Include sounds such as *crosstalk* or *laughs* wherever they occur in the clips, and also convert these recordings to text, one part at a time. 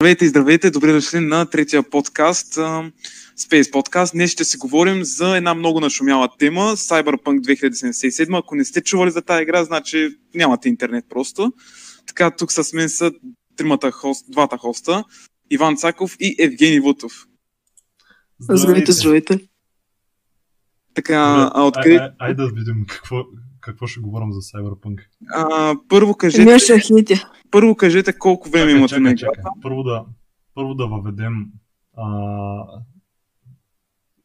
Здравейте и здравейте, добре дошли на третия подкаст, uh, Space Podcast. Днес ще си говорим за една много нашумяла тема, Cyberpunk 2077. Ако не сте чували за тази игра, значи нямате интернет просто. Така, тук с мен са тримата хост, двата хоста, Иван Цаков и Евгений Вутов. Здравейте, здравейте. Така, а откъде... Ай, ай да видим какво, какво ще говорим за Cyberpunk. А, първо кажете... Имаш шахните. първо кажете колко време Чакай, имате на чакай, игра. чакай. Първо да, първо да въведем а,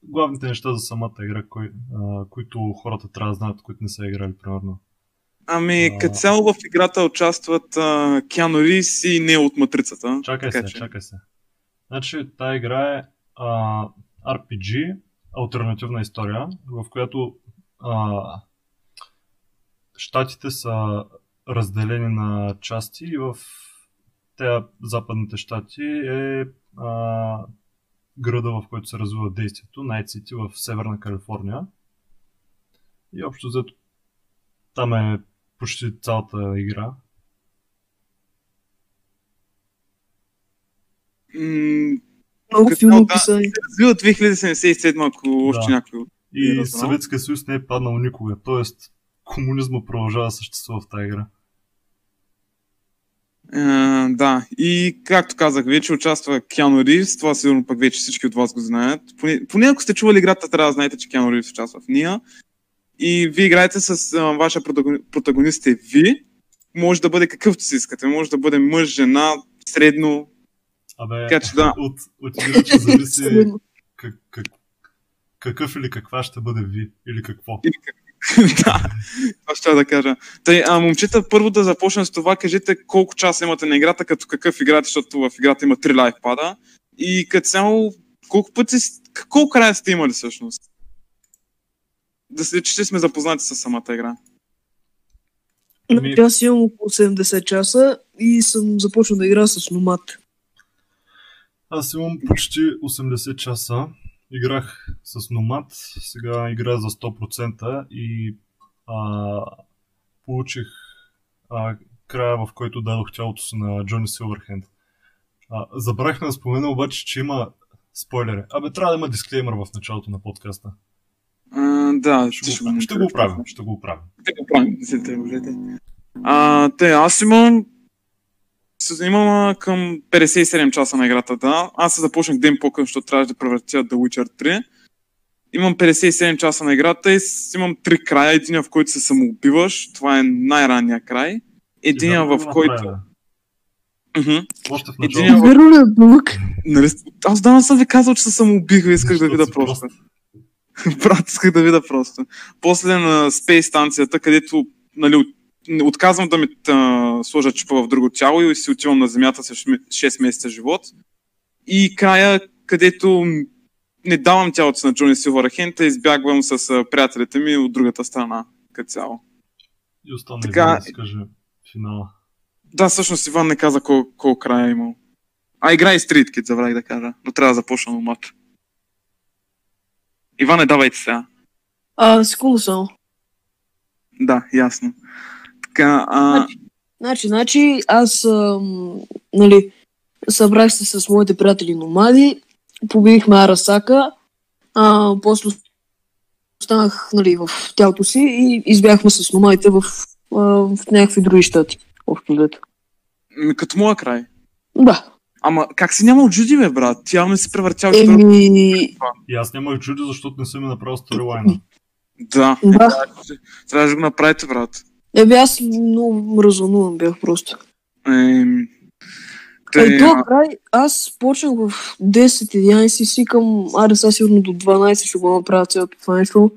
главните неща за самата игра, кои, а, които хората трябва да знаят, които не са играли, примерно. Ами, А. като цяло в играта участват а, Киано Рис и не от Матрицата. Чакай Така се, че. чакай се. Значи, тая игра е а, RPG, альтернативна история, в която а, щатите са разделени на части и в тези западните щати е а, града, в който се развива действието, Найт Сити в Северна Калифорния. И общо взето там е почти цялата игра. М, Много Като филно цяло, да. описание. Развива 2077, ако още Да. някой Не И разбрал. Съветския съюз не е паднал никога. Тоест, комунизма продължава да съществува в тази игра. Е, да, и както казах вече, участва Киано Ривз, това сигурно пък вече всички от вас го знаят. Поне, поне ако сте чували играта, трябва да знаете, че Киано Ривз участва в нея. И вие играете с а, вашия протагони- протагонист е ви. Може да бъде какъвто си искате, може да бъде мъж, жена, средно. Абе, Така че да, от, от играча зависи Средно. как, как, какъв или каква ще бъде ви или какво. да, това ще да кажа. Тъй, а, момчета, първо да започнем с това, кажете колко часа имате на играта, като какъв играте, защото в играта има три лайфпада. И като цяло, колко пъти, с- к- колко края сте имали всъщност? Да се че сме запознати с самата игра. Ами- Аз имам около 70 часа и съм започнал да игра с номад. Аз имам почти 80 часа. Играх с Номад, сега игра за 100% и а, получих а, края, в който дадох тялото си на Джони Силверхенд. А, забравихме да спомена обаче, че има спойлери. Абе, трябва да има дисклеймър в началото на подкаста. А, да, Ще, го, ще го правим, ще го правим. Ще го правим, не се тревожете. А, те, аз имам с- имам а, към 57 часа на играта, да. Аз се започнах ден по-късно, защото трябваше да превъртя The Witcher 3. Имам 57 часа на играта и с- имам три края. Единия, в който се самоубиваш, това е най-ранния край. Единия, Да, да в го който... направя. Мгм. Още в Единия- началото. Верно ли е Бълък? Нали, с- аз давно съм ви казал, че се самоубих, и исках да Защото видя си просто. *laughs* Брат, исках да видя просто. После на спейс станцията, където нали, от- отказвам да ми а, сложа чупа в друго тяло и си отивам на земята с 6 месеца живот. И края, където м, не давам тялото си на Джони Силвърхенд, а избягвам с а, приятелите ми от другата страна като цяло. И остана Така- така... да се каже финала. Да, всъщност Иван не каза кол- колко края е имал. А игра и Street Kid, забравих да кажа, но трябва да започна на матч. Иване, давайте сега. А, секунда само. Да, ясно. Така, а... Значи, значи, аз, ам, нали, събрах се с моите приятели номади, побихме Арасака, а, после останах, нали, в тялото си и избяхме с номадите в, а, в някакви други щати. Общо взето. м, като моя край. Да. Ама как си нямал Джуди, бе, брат? Ти явно си превъртял в друг... Еми, И аз нямах чуди, защото не съм ми направил сторилайна. Да, да. трябва да го направите, брат. Еми Е, аз много мразонуван бях просто. Ем... Е, Тъй, и а, то край, аз почнах в 10-11 и си към, аре сега сигурно до 12 ще го направя цялото това нещо.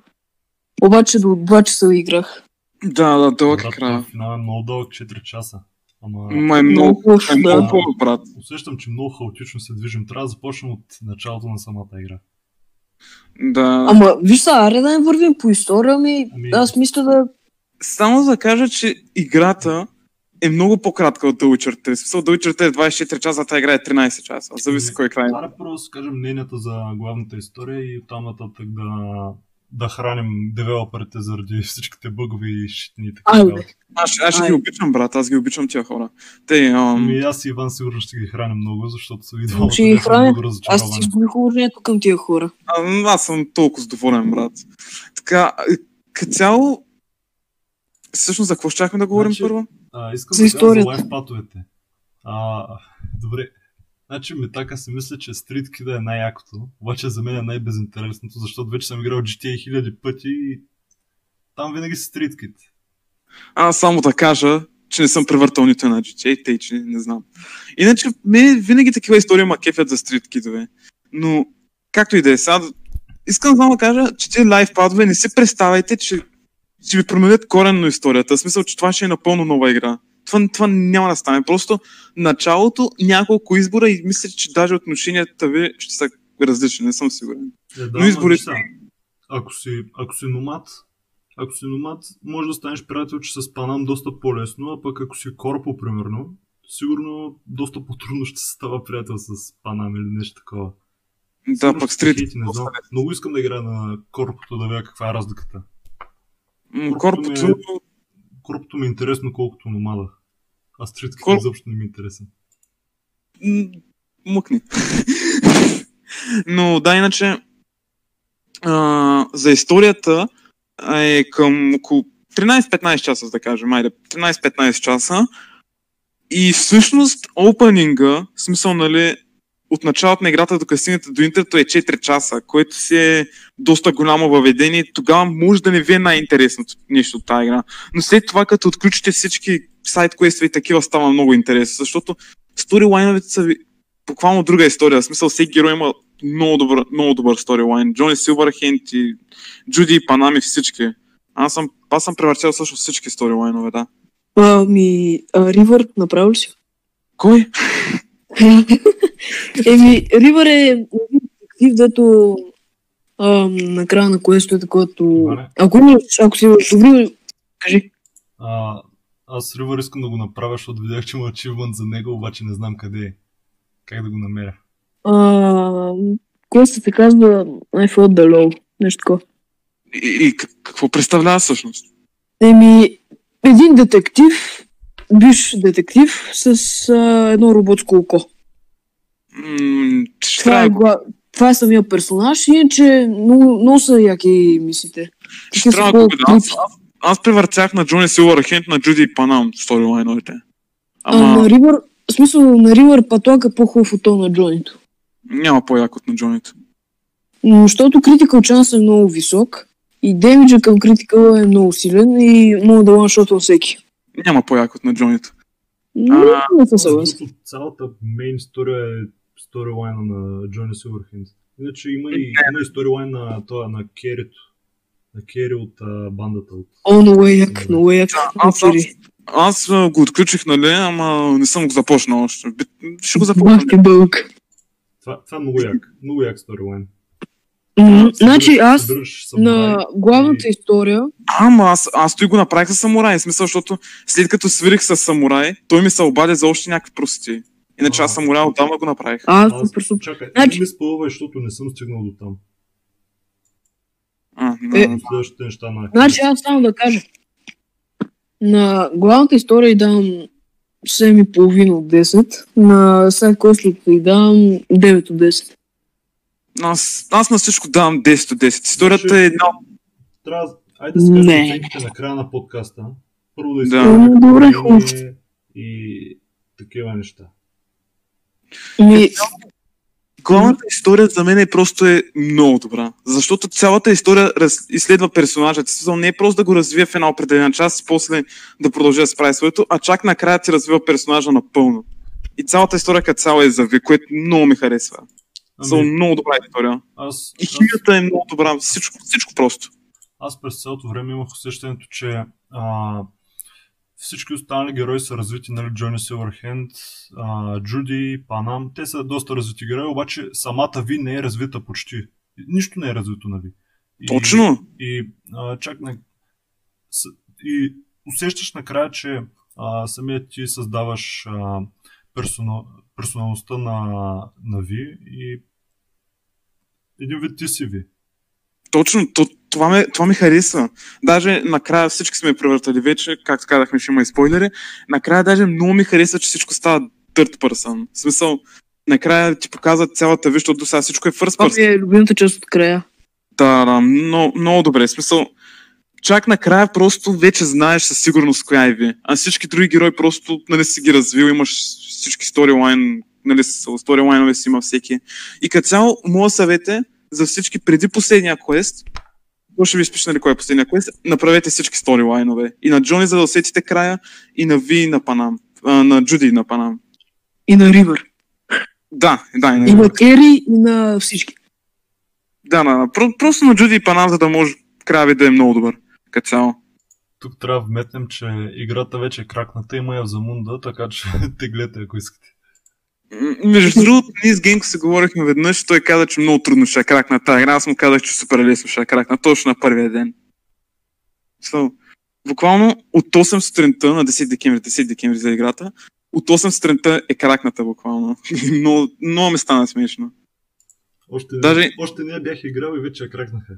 Обаче до 2 часа играх. да, да, дълъг е Брат, края. този Финал е много дълъг, 4 часа. Ама... Ма е много, лошо, е много да. по брат. Усещам, че много хаотично се движим. Трябва да започнем от началото на самата игра. Да. Ама виж са, аре да не вървим по история ми, Ами- аз мисля да... Само за да кажа, че играта е много по-кратка от The Witcher 3. В Смисъл, The Witcher 3 е 24 часа, а тази игра е 13 часа. Зависи Ами, кой край. Трябва първо да си кажем мненията за главната история и оттам нататък да, да храним девелоперите заради *laughs* всичките бъгове и щитни и Ай, така. бе. Аз, ще- аз ще Ай. ги обичам, брат. Аз ги обичам тия хора. Те, ам, Ами аз и Иван сигурно ще ги храним много, защото са идвали. Ще ги храня. Аз си изгубих уважението към тия хора. А, Аз съм толкова доволен, брат. Така, е, като цяло... Всъщност, за какво щяхме да говорим Значи, първо? А, искам За да кажа за историята. лайф патовете. А, добре. Значи Метака се мисля, че Street Kid е най-якото, обаче за мен е най-безинтересното, защото вече съм играл GTA хиляди пъти и там винаги си Street Kid. Аз само да кажа, че не съм превъртал нито една GTA, тъй че не знам. Иначе, ме винаги такива истории ма кефят за стрит кидове. Но, както и да е сега, искам само да кажа, че тези лайф падове не се представяйте, че ще ви променят коренно историята. В смисъл, че това ще е напълно нова игра. Това, това няма да стане. Просто началото, няколко избора и мисля, че даже отношенията ви ще са различни. Не съм сигурен. Е, Но да, но изборите- изборите... Ако си, ако си номад, ако си номад, може да станеш приятел, че с панам доста по-лесно, а пък ако си корпо, примерно, сигурно доста по-трудно ще се става приятел с панам или нещо такова. Да, пък стрит. Хейти, не знам. Много искам да играя на корпото, да видя каква е разликата. м, Корпото ми е- Корпото, Корпото ми е интересно, колкото номада. А стрит Кор- Кор... изобщо не ми е интересен. М, мъкни. *laughs* Но да, иначе а, за историята е към около 13-15 часа, да кажем, айде, 13-15 часа. И всъщност опенинга, в смисъл, нали, от началото на играта до касината до интерто е 4 часа, което си е доста голямо въведение. Тогава може да не ви е най-интересното нещо от тази игра. Но след това, като отключите всички сайт и такива, става много интересно, защото сторилайновете са ви- буквално друга история. В смисъл, всеки герой има много добър, много добър сторилайн. Джони Силвърхенд и Джуди и Панами всички. Аз съм, аз съм превъртял също всички сторилайнове, да. Ами, а, Ривър, направил ли си? Кой? *laughs* Еми, Ривър е актив, дето ам, на края на което е такова. Добре. Ако, имаш- ако си добри, кажи. А, аз Ривър искам да го направя, защото видях, че има achievement за него, обаче не знам къде е. Как да го намеря? А, Квеста се казва I fought the law. Нещо такова. И, и к- какво представлява всъщност? Еми, един детектив, бивш детектив с а, едно роботско око. М- ще Това е, трябва, гла... това е самия персонаж, иначе много, много са яки мислите. ще трябва да го видя. Аз, аз- аз превъртях на Джони Силвърхенд, на Джуди и Панам сторилайновете. Ама... А, Ама на Ривър, в смисъл на Ривър патлак е по-хубав от то на Джонито. няма по-як от на Джонито. Но защото критикал шанс е много висок и демиджа към критикала е много силен и е мога да ланшотвам всеки. Няма по-як от на Джонито. Но А, не е съм съгласен. Защото Цялата мейн история е сторилайна на Джони Силвърхенд. Иначе има Е, и, има и сторилайн на, това, на Керито. На Кери от а, бандата. От... О, много е як, много е як. аз- аз- Вечери. Аз а, го отключих, нали, ама не съм го започнал още. Би- Ще го започна. Бахте бълк. Това, това е много як. Много як сторилайн. М, Събираш- Значи аз събираш самурай. на главната история Ама аз, аз той го направих с самурай, в смисъл, защото след като свирих с самурай, той ми се обади за още някакви простоти. Иначе аз самурай отдавна го направих. Аз Аз- супер, супер. Чакай, Значи- не ми спълвай, защото не съм стигнал до там. А, да. Е. Е. Следващите неща на... Значи аз само да кажа. На главната история й давам 7,5 от 10. На сайт Кослито й давам 9 от 10. Аз, аз на всичко давам 10 от 10. Историята е една... Трябва... Айде да си кажем Не. оценките на края на подкаста. Първо да Да. изкажем М, добре, мнение хубаво. И такива неща. Ми, Главната история за мен е просто е много добра. Защото цялата история раз... изследва персонажа. В смисъл не е просто да го развие в една определена част и после да продължи да се прави своето, а чак накрая ти развива персонажа напълно. И цялата история като цяло е за ви, което много ми харесва. Са Ами, много добра история. аз, И аз, химията е много добра. Всичко, всичко просто. аз през цялото време имах усещането, че а, всички останали герои са развити, нали, Джони Силвърхенд, а, Джуди, Панам, те са доста развити герои, обаче самата Ви не е развита почти. Нищо не е развито на Ви. И- Точно. И а, чак на... с- И усещаш накрая, че а, самият ти създаваш а, персона... персоналността на, на Ви и един вид ти си Ви. Точно, то, това, ме, това ми харесва. Даже накрая всички сме превъртали вече, както казахме, ще има и спойлери. Накрая даже много ми харесва, че всичко става third person. В смисъл, накрая ти показват цялата виж, защото до сега всичко е first Това person. ми е любимата част от края. Да, да, много, много добре. В Смисъл, чак накрая просто вече знаеш със сигурност коя е ви. А всички други герои просто нали, си ги развил, имаш всички сторилайн, нали, с- сторилайнове си има всеки. И като цяло, моят съвет е за всички преди последния квест, то ще ви спиш, нали, кой е последния квест, направете всички сторилайнове. И на Джони, за да усетите края, и на Ви, и на Панам. А, на Джуди, и на Панам. И на Ривър. Да, да, и на И Ривър. на Кери, и на всички. Да, да, да. Про- Просто на Джуди и Панам, за да може края ви да е много добър. Като цяло. Тук трябва да вметнем, че играта вече е кракната, има я в замунда, така че *laughs* теглете ако искате. М, Между другото, ние с Генко се говорихме веднъж, той каза, че много трудно ще я кракна тази игра. Аз му казах, че супер лесно ще я кракна, точно на първия ден. So, буквално от 8 сутринта на 10 декември, 10 декември за играта, от 8 сутринта е кракната буквално. *laughs* много, много ми стана смешно. Още, Даже- още не я бях играл и вече я кракнаха.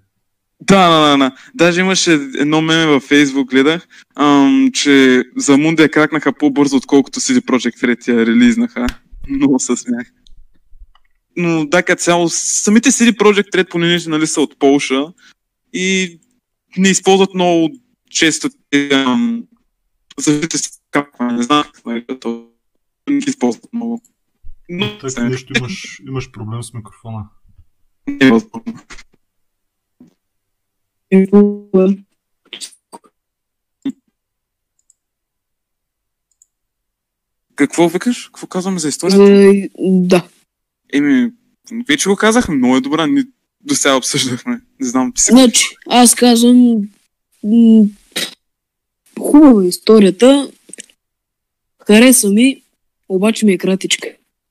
Да, да, да, да. Даже имаше едно меме във Фейсбук, гледах, ам, че за Мунда я кракнаха по-бързо, отколкото CD Projekt Red я релизнаха. Много се смях. Но да, като цяло, самите CD Projekt Red понеже нали, са от Полша и не използват много често те, ам, защита си кракване. Не знам как се нарича то. Не ги използват много. Но Тъй се като нещо имаш, имаш проблем с микрофона. не е възможно. И Какво викаш? Какво казваме за историята? За... Е, Да. Еми, вече го казахме, много е добра, ни до сега обсъждахме. Не знам, ти си... Значи, аз казвам... м, Хубава е историята. Хареса ми, обаче ми е кратичка.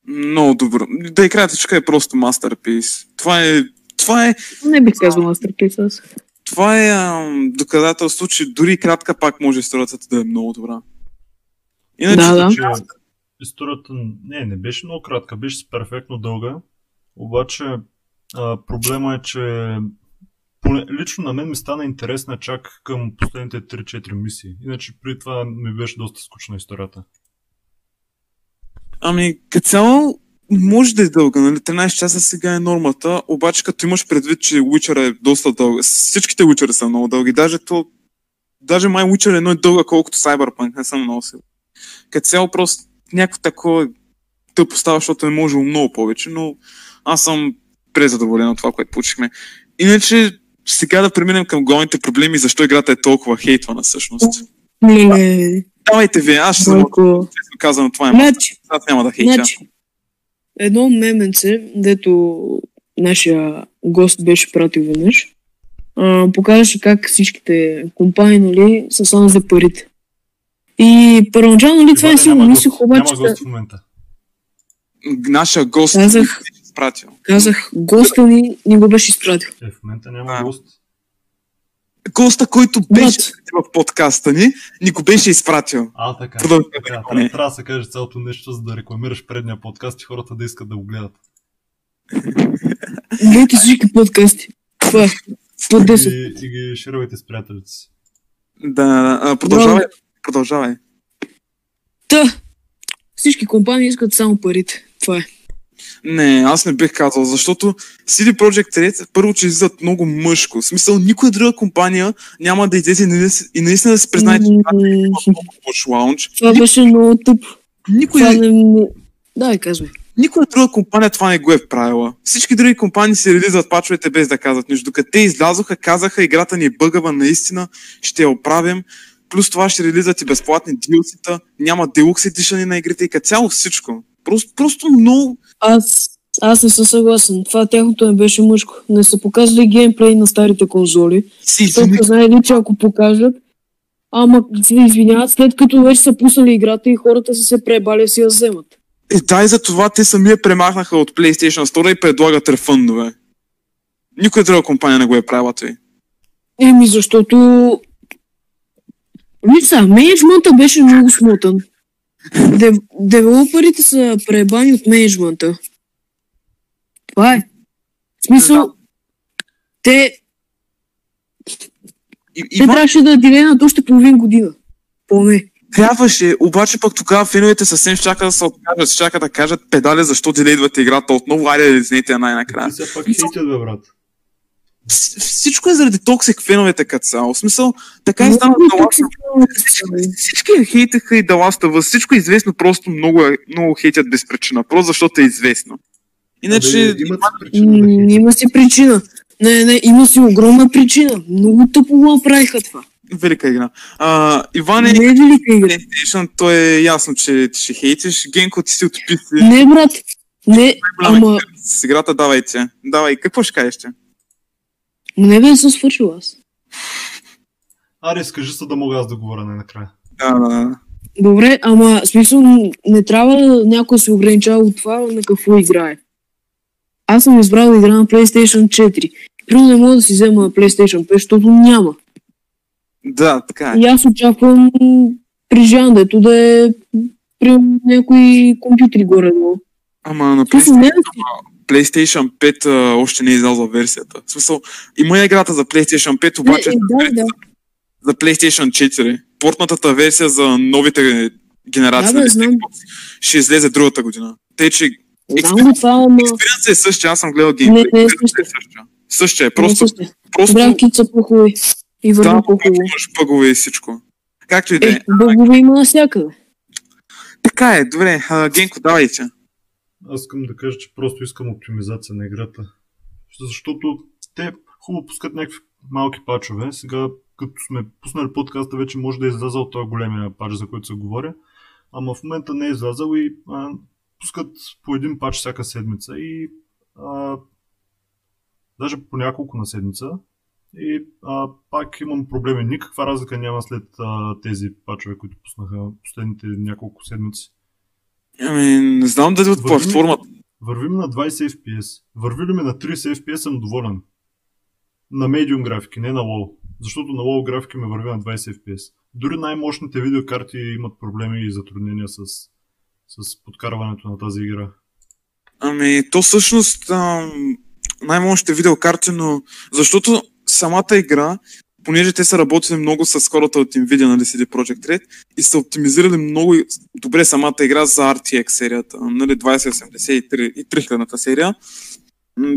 Много добро. Да и кратичка е просто мастерпис. Това е... Това е... Не бих казал мастерпис аз. Това е ам, доказателство, че дори и кратка пак може историята да е много добра. Иначе, Да, да. Че историята не, не беше много кратка, беше перфектно дълга. Обаче а, проблема е, че поне, лично на мен ми стана интересна чак към последните 3-4 мисии. Иначе при това ми беше доста скучна историята. Ами, като цяло, може да е дълга, нали? 13 часа сега е нормата, обаче като имаш предвид, че Witcher е доста дълга, всичките Witcher са много дълги, даже то, даже май Witcher едно е дълга, колкото Cyberpunk, не съм много сигурен. Като цяло просто някакво такова тъпо става, защото е можело много повече, но аз съм презадоволен от това, което получихме. Иначе, сега да преминем към главните проблеми, защо играта е толкова хейтвана всъщност. Не, Давайте вие, аз ще съм Бойко. казвам, това е мастер, Значи, аз няма да хейтя. значи, едно меменце, дето нашия гост беше пратил веднъж, а, показваше как всичките компании нали, са само за парите. И първоначално нали, това Иване, не си го няма мислих, гост- обаче Няма гост в момента. нашия гост Казах. ни е изпратил. казах, госта ни ни го беше изпратил. Е, в момента А. няма гост. Госта, който беше Брат, в подкаста ни, ни го беше изпратил. А, така. Така, Продължаваме. трябва, трябва да се каже цялото нещо, за да рекламираш предния подкаст и хората да искат да го гледат. гледайте всички подкасти. Това е. По 10. И, и ги ширвайте с приятелите си. Да, да, а, продължавай. Продължавай. Та, всички компании искат само парите. Това е. Не, аз не бих казал, защото CD Projekt Red първо, че излизат много мъжко. В смисъл, никоя друга компания няма да излезе и наистина- и наистина да се признае, че е М, е лош лаунч. Това беше много тъп. Това е Никоя, не... ми- Да, казвай. никоя друга компания това не го е правила. Всички други компании се релизват пачовете без да казват нищо. Докато те излязоха, казаха, играта ни е бъгава, наистина ще я оправим. Плюс това ще релизат и безплатни DLC-та, няма Deluxe Edition на игрите и като цяло всичко. Просто, просто много... Аз, аз не съм съгласен. Това тяхното не беше мъжко. Не са показали геймплей на старите конзоли. Си Защото знаели, че ако покажат, ама се извиняват, след като вече са пуснали играта и хората са се пребали да си я вземат. Е, да, и за това те сами я премахнаха от PlayStation Store и предлагат рефъндове. Никоя друга компания не го е правила той. Еми, защото... Лица, менеджмента беше много смотан. Дев, девелоперите са пребани от менеджмента. Това е. В смисъл, те И, Те има, трябваше Е, да дилеят над още половин година. Поне. трябваше, обаче пък тогава феновете съвсем щяха да се откажат, щяха да кажат педали, защо делейдвате играта отново, айде да лизнете най-накрая. Ти все пак хейтят, бе, брат. Вс- Всичко е заради токсик феновете като цяло. В смисъл, така и Много е. стана The токсични Last хора са, бе. Всички я хейтеха и The Last of Us. Всичко е известно, просто много, е- много хейтят без причина. Просто защото е известно. Иначе, Абе, имат причина да М, хейтят. Има си причина. Не, не, има си огромна причина. Много тъпо го направиха това. велика игра. А, Иван Не е е велика игра. PlayStation, то е ясно, че ти ще хейтиш. Генко, ти си отписи. Не, брат. Не, ама... С играта давайте. Давай, какво ще кажеш ти? Не бе, не съм свършил аз. Аре, скажи се да мога аз да говоря най-накрая. Да, да, да. Добре, ама в смисъл н- не трябва някой да се ограничава от това на какво играе. Аз съм избрал да игра на PlayStation 4. Примерно не мога да си взема на PlayStation 5, защото няма. Да, така е. И аз очаквам м, при жандето да е примерно някои компютри горе-долу. Ама на Ти си PlayStation, не PlayStation 5 а, още не е излязла версията. В смисъл, има играта за PlayStation 5, обаче Е, да, да. за PlayStation 4. Портнатата версия за новите генерации Да, бе, на знам. Xbox ще излезе другата година. Тъй, че Знам го това, ама... експириенсът е същия, аз съм гледал геймплей. не е Експириенсът същия. Същия е, просто, не се- просто Бранките са по-хубави. И там върна по-хубаво. имаш бъгове и всичко. Както и да е. Е, бъгове има навсякъде. Така е, добре. А, Генко, давайте. Аз искам да кажа, че просто искам оптимизация на играта. Защото те хубаво пускат някакви малки пачове. Сега, като сме пуснали подкаста, вече може да е излязал този големия пач, за който се говоря. Ама в момента не е излязал и а, пускат по един пач всяка седмица и а, даже по няколко на седмица. И а, пак имам проблеми. Никаква разлика няма след а, тези пачове, които пуснаха последните няколко седмици. Ами, не знам дали от Владимир? платформата. Вървим на 20 FPS. Върви ли ми на 30 FPS съм доволен. На медиум графики, не на лоу. Защото на лоу графики ме върви на 20 FPS. Дори най-мощните видеокарти имат проблеми и затруднения с, с подкарването на тази игра. Ами, то всъщност ам, най-мощните видеокарти, но защото самата игра, понеже те са работили много с хората от Nvidia, нали, CD Projekt Red, и са оптимизирали много и- добре самата игра за RTX серията, нали, 2083 и 3000 серия. М,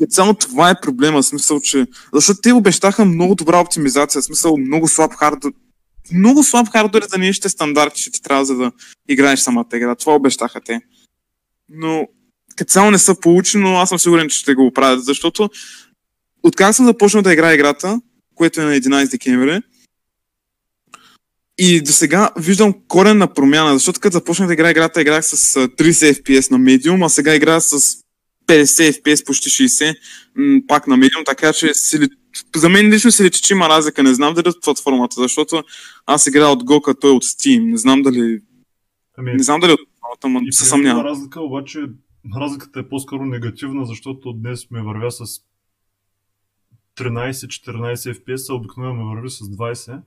и Само това е проблема, в смисъл, че... Защото те обещаха много добра оптимизация, в смисъл много слаб хардвер. Много слаб хардвер за нещите стандарти ще ти трябва, за да играеш самата игра. Това обещаха те. Но като цяло не са получи, но аз съм сигурен, че ще го оправят, защото откак съм започнал да играя играта, което е на 11 декември, и до сега виждам коренна промяна, защото като започнах да играя играта, играх с а, 30 FPS на Medium, а сега играя с 50 FPS, почти 60, м, пак на Medium, така че си ли... за мен лично се личи, че има разлика, не знам дали е от платформата, защото аз играя от GOG, а той е от Steam, не знам дали, Ами, не знам дали е от платформата, и но се при съмнявам. има разлика, обаче разликата е по-скоро негативна, защото днес ме вървя с 13-14 FPS, а обикновено ме върви с 20.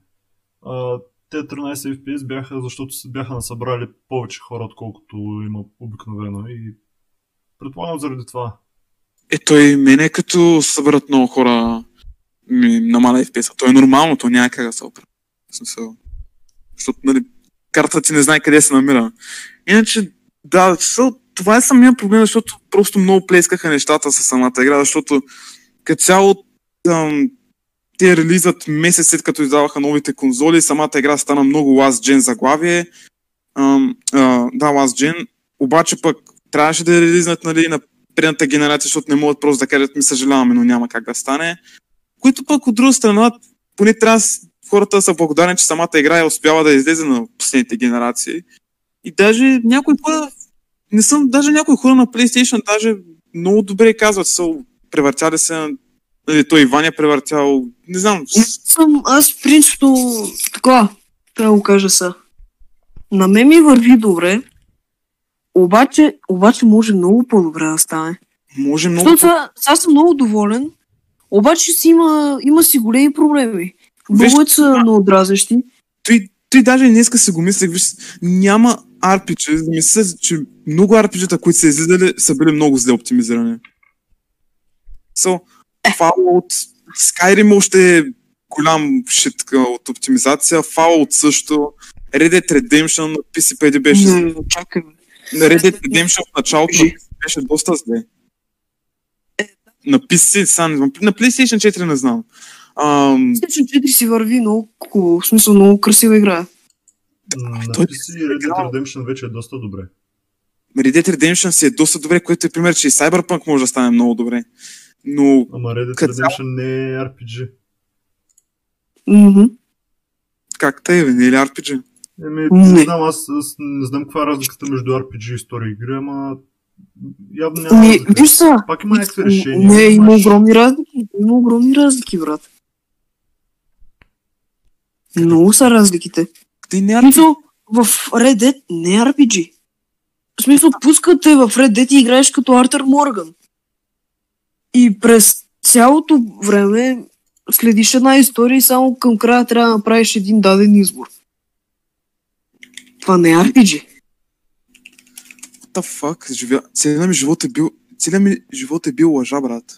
А, те 13 FPS бяха, защото се бяха насъбрали повече хора, отколкото има обикновено. И предполагам заради това. Е, той мене като съберат много хора ми намаля fps То е нормално, то няма как да се опре. В смисъл. Защото, нали, картата ти не знае къде се намира. Иначе, да, защото това е самия проблем, защото просто много плескаха нещата с самата игра, защото като цяло ам, те релизът месец след като издаваха новите конзоли, самата игра стана много Last Gen заглавие. Ам, а, да, Last Gen. Обаче пък трябваше да я релизнат нали, на предната генерация, защото не могат просто да кажат, ми съжаляваме, но няма как да стане. Които пък от друга страна, поне трябва да с- хората да са благодарни, че самата игра е успяла да излезе на последните генерации. И даже някои хора, не съм, даже някои хора на PlayStation даже много добре казват, са превъртяли се, нали, той Иван е превъртял, не знам, с- Съм, аз принципно така, трябва да го кажа са. На мен ми върви добре, обаче, обаче може много по-добре да стане. може много... Защото са- аз съм много доволен, обаче си има, има си големи проблеми. Виж- Бъговете са много дразнещи. Той, той даже и днеска си го мислех, виж, няма RPG, мисля, че много RPG-та, които са излизали, са били много зле оптимизирани. So, Fallout, Skyrim още е голям шит така, от оптимизация. Fallout също. Red Dead Redemption на PCPD беше... зле. М, Чакай. бе. На Red Dead Redemption в началото на Кажи. PC беше доста зле. На PC, сега не знам. На PlayStation 4 не знам. Ам, PlayStation 4 си върви много хубаво, в смисъл много красива игра. е. На той- PC Red Dead Redemption вече е доста добре. Red Dead Redemption си е доста добре, което е пример, че и Cyberpunk може да стане много добре. Но Ама Red Dead Като цяло- Redemption не е RPG. Мгм. как тъй, бе, не е ли RPG? Еми, Не. не знам, аз, аз не знам каква е разликата между RPG и история игри, ама явно няма Ами, разлика. виж са, Пак има някакви решения. не, има Имаш- огромни разлики, има огромни разлики, брат. Много са разликите. Ти не е В RPG. смисъл, в Red Dead не е RPG. В смисъл, пускате в Red Dead и играеш като Артер Морган. И през цялото време следиш една история и само към края трябва да направиш един даден избор. Това не е RPG. What the fuck? Живя... Целият ми живот е бил... Целият ми живот е бил лъжа, брат. В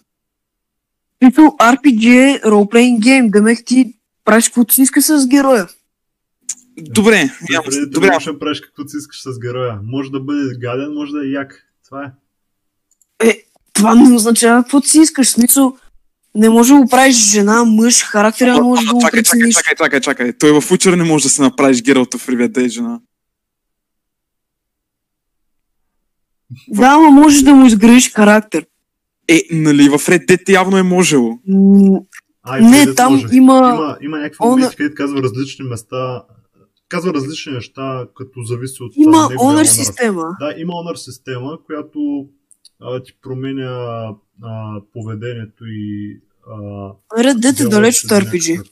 Смисъл, RPG е ролплейн гейм, демек ти правиш каквото си иска с героя. Добре, Red явно- Dead добре, Redemption правиш каквото си искаш с героя. Може да бъде гаден, може да е як. Това е. Това не означава каквото си искаш. В Смисъл, не може да го правиш жена, мъж, характера може да го чакай, чакай, прецениш. чакай, чакай, чакай. Той в Учер не може да се направиш Гералта в Ривия Дей, жена. Да, ама можеш да му изградиш характер. Е, нали, в Red Dead явно е можело. М, Ай, Не, Red Dead там може. има... Има, има някакви Она- моменти, където казва различни места, казва различни неща, като зависи от а, Има неговия honor honor. система. Да, има honor система, която а, ти променя а, поведението и а, Red Dead е диалог далеч от до RPG. някакъв-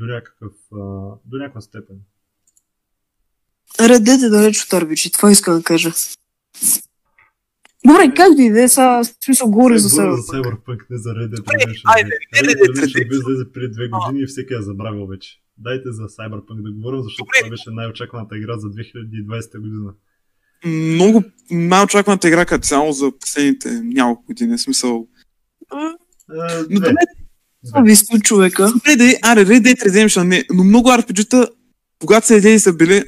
До, някакъв, а, до някаква степен. Red Dead е далеч от RPG, това искам да кажа. Добре, как да иде, сега в смисъл говори Е, за говоря сега. за Cyberpunk, не за Red Dead Добре, Redemption. айде, Red Red Dead Dead Redemption Redemption. бе излезе преди две години и всеки я забравил вече. Дайте за Cyberpunk да говорим, защото Добре. това беше най-очакваната игра за 2020 година. Много най-очакваната игра като цяло за последните няколко години. в Смисъл. Е, Но две. добре, Две. Това ви сте човека. добре, да е, аре, Red Dead Redemption не, но много RPG-та, когато са идеи са били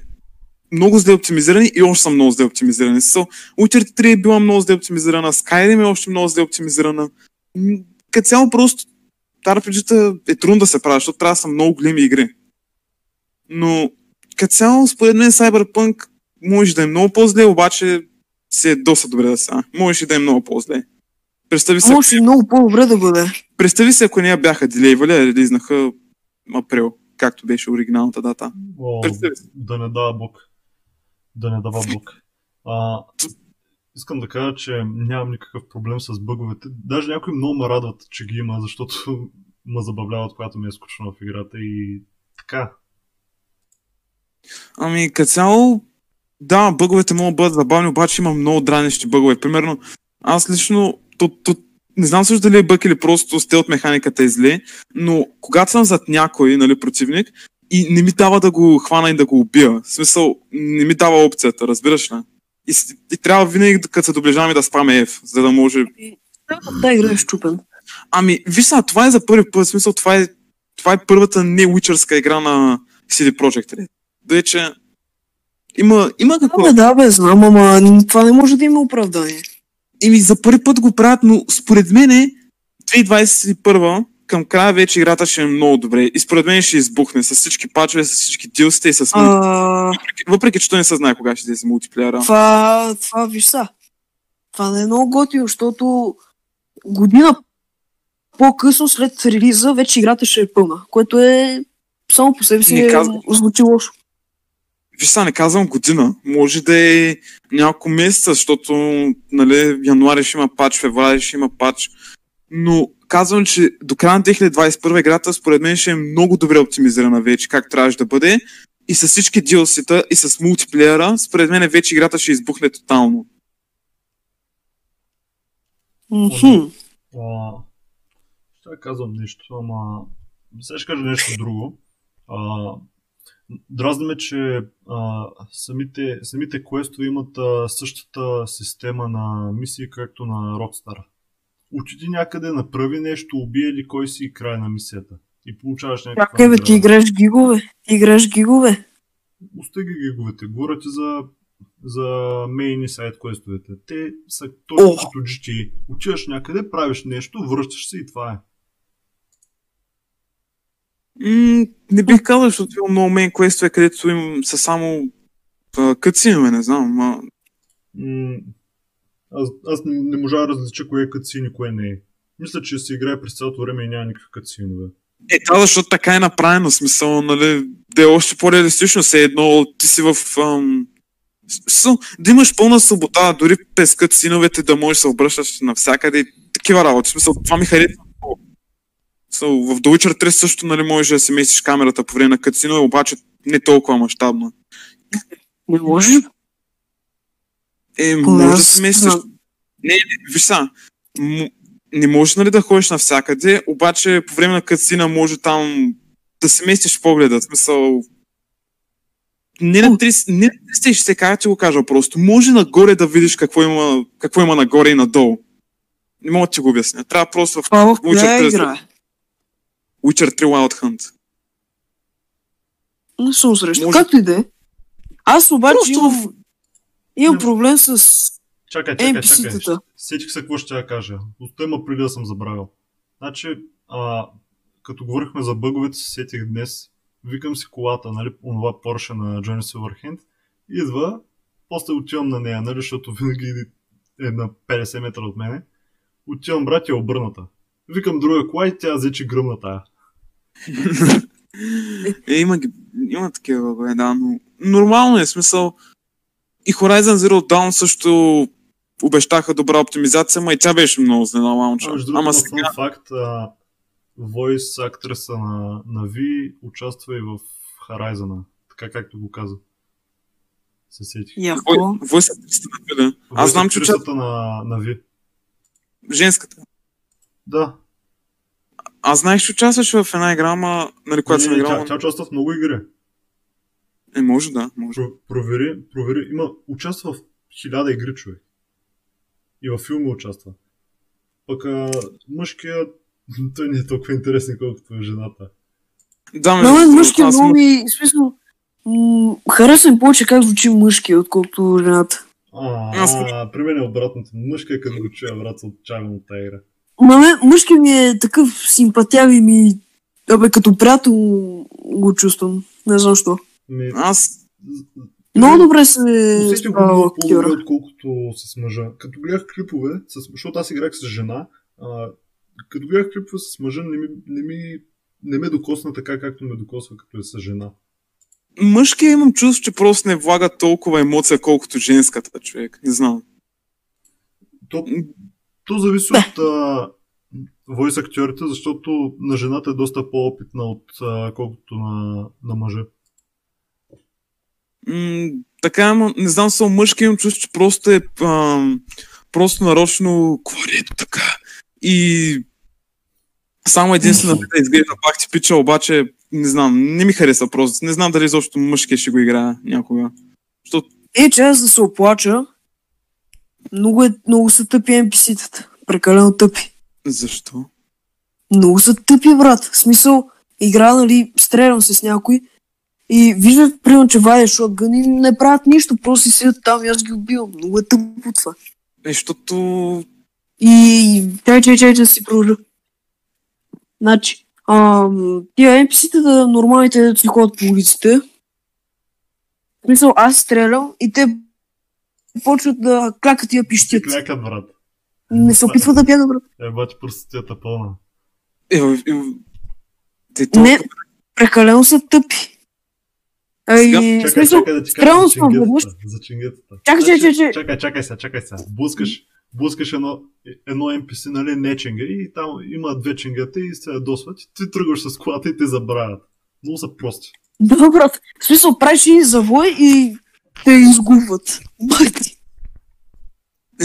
много зле оптимизирани и още са много зле оптимизирани. Со, Witcher 3 е била много зле оптимизирана, Skyrim е още много зле оптимизирана. М, Като цяло просто RPG-та е трудно да се правят, защото трябва да са много големи игри. Но като цяло, според мен, Cyberpunk може да е много по-зле, обаче си е доста добре да са. Може и да е много по-зле. Представи се, Може много по-добре да бъде. представи се, ако не я бяха делейвали, а релизнаха април, както беше оригиналната дата. О, Представи си. да не дава бог. Да не дава бог. А, искам да кажа, че нямам никакъв проблем с бъговете. Даже някои много ме радват, че ги има, защото ме забавляват, когато ми е скучно в играта и така. Ами, като цяло, да, бъговете могат да бъдат забавни, обаче има много дранещи бъгове. Примерно, аз лично, то, то, не знам също дали е бък или просто стелт механиката е зле, но когато съм зад някой, нали, противник, и не ми дава да го хвана и да го убия. В смисъл, не ми дава опцията, разбираш ли? И, с- и трябва винаги, като се доближаваме, да спаме F, за да може Да, игра е щупен. Ами, виж сега, това е за първи път, в смисъл, това е, това е първата не уичърска игра на CD Projekt Red. Да е, че има, има какво. Да, бе, да, бе, знам, ама н- това не може да има оправдание. Еми, за първи път го правят, но според мен е 2021 към края вече играта ще е много добре. И според мен ще избухне с всички пачове, с всички дилсите и с... мулти- А, Въпреки, че той не се знае кога ще излезе мултиплеера. това, това виж са. Това не е много готино, защото година по-късно след релиза вече играта ще е пълна, което е само по себе си Не е, казвай. звучи лошо. Виж сега, не казвам година, може да е няколко месеца, защото нали, януари ще има пач, февруари ще има пач. Но казвам, че до края на 2021 играта според мен ще е много добре оптимизирана вече, как трябваше да бъде. И с всички DLC-та и с мултиплеера, според мен вече играта ще избухне тотално. Мхм. А, ще да казвам нещо, ама сега ще кажа нещо друго. А, дразни ме, че а, самите, самите квестове имат а, същата система на мисии, както на Rockstar. Отиди някъде, направи нещо, убие ли кой си и край на мисията. и получаваш някаква... Чакай, бе, ти награда. играеш гигове. Ти играеш гигове. Остига гиговете. Говоря ти за, за мейни сайт квестовете. Те са О! точно като GT. Отиваш някъде, правиш нещо, връщаш се и това е. М, не бих казал, защото има много мейн квестове, където им са само а, къцинове, не знам. Ма... М- аз, аз не, не можа да различа кое е кацин и кое не е. Мисля, че се играе през цялото време и няма никакви кацинове. Е, това защото така е направено, в смисъл, нали, да е още по-реалистично, все едно ти си в... Ам... в смисъл, да имаш пълна свобода, дори през къциновете да можеш да се обръщаш навсякъде и такива работи. В смисъл, това ми харесва. много. В смисъл, в The Witcher 3 също нали, можеш да си местиш камерата по време на къцинове, обаче не толкова мащабно. Не можеш. Е, Кога може да аз- си местиш Виж са, м- не можеш нали да ходиш навсякъде, обаче по време на кацина може там да се местиш погледа. В смисъл, не на 30, не на 360, как ти го кажа просто. Може нагоре да видиш какво има, какво има нагоре и надолу. Не мога да ти го обясня. Трябва просто в Това в Witcher коя 3. игра е? Witcher 3 Wild Hunt. Не съм срещал. Може- Както и да е. Аз обаче Просто имам, имам Не. проблем с Чакай, чакай, чакай. NPC-тата. Сетих се какво ще я кажа. От тема преди да съм забравил. Значи, а, като говорихме за бъговете, се сетих днес. Викам си колата, нали, онова Porsche на Джони Силвърхенд. Идва, после отивам на нея, нали, защото винаги е на 50 метра от мене. Отивам, брат, и е обърната. Викам друга кола и тя взе, че гръмна тая. Е, има, ги- има такива, бе, да, но нормално е смисъл. И Horizon Zero Dawn също обещаха добра оптимизация, ма и тя беше много А, изненадаваща. между Ама другото, Ама сега факт, а, Voice актриса на, на Ви участва и в Horizon, така както го каза. Се сетих. Яко. Вой- Войс актрисата на Вида. Аз знам, че участва Актрисата на, на Ви. женската. Да. Аз знаех, че участваш в една игра, ма, нали, която Не, съм не, играл. тя, тя участва в много игри. Е, може да, може. Про, провери, провери. Има, участва в хиляда игри, човек. И във филми участва. Пък а, мъжкия, *laughs* той не е толкова интересен, колкото е жената. Да, между На мен другото, мъжки аз много му- ми, в смисъл, м, харесва ми повече как звучи мъжки, отколкото жената. А, Аз- а, при мен е обратното. Мъжкия, като го чуя, брат, се отчаявам от тази игра. На мен мъжки ми е такъв симпатяв и ми... Абе, като приятел го чувствам. Не знам що. Ми, Аз Много добре се Усетих го справя много по-добре, актьора. отколкото с мъжа. Като гледах клипове, с... защото аз играх с жена, а, като гледах клипове с мъжа, не ми, не ми не ме докосна така, както ме докосва, като е с жена. мъжкия имам чувство, че просто не влага толкова емоция, колкото женската, човек. Не знам. То, то зависи от а, войс актьорите, защото на жената е доста по-опитна от а, колкото на, на мъжа. М, така, ама не знам, само мъжки имам чувство, че просто е ам, просто нарочно говори ето така. И само единствено да изглежда пак ти пича, обаче не знам, не ми харесва просто. Не знам дали изобщо мъжки ще го играя някога. Защото Е, че аз да се оплача, много, е, много са тъпи NPC-тата. Прекалено тъпи. защо? Много са тъпи, брат. В смисъл, игра, нали, стрелям се с някой и виждат, примерно, че вадя шотгън и не правят нищо, просто си седят там и аз ги убивам. Много е тъпо това. Е, защото И чай, чай, чай, да си продължа. Значи, ам, тия NPC-тата, нормалните, дето си ходят по улиците, в смисъл, аз стрелям и те почват да клякат и да пищят. Клякат, брат. Не се опитват да бягат, брат. Е, бати пръстотията пълна. е, е, е, те Не, толкова- прекалено са тъпи. А Сега, и, в Чакай, смисъл, чакай да ти кажа стрелно за съм веднъж. чингетата. За чингетата. Чакай, чакай, чакай, чакай. Чакай, чакай сега, чакай сега. Блъскаш, блъскаш едно, едно NPC, нали, не ченга, и там има две ченгата и се ядосват. и Ти тръгваш с колата и те забравят. Много са прости. Да, брат. В смисъл, правиш един завой и те изгубват. Бати.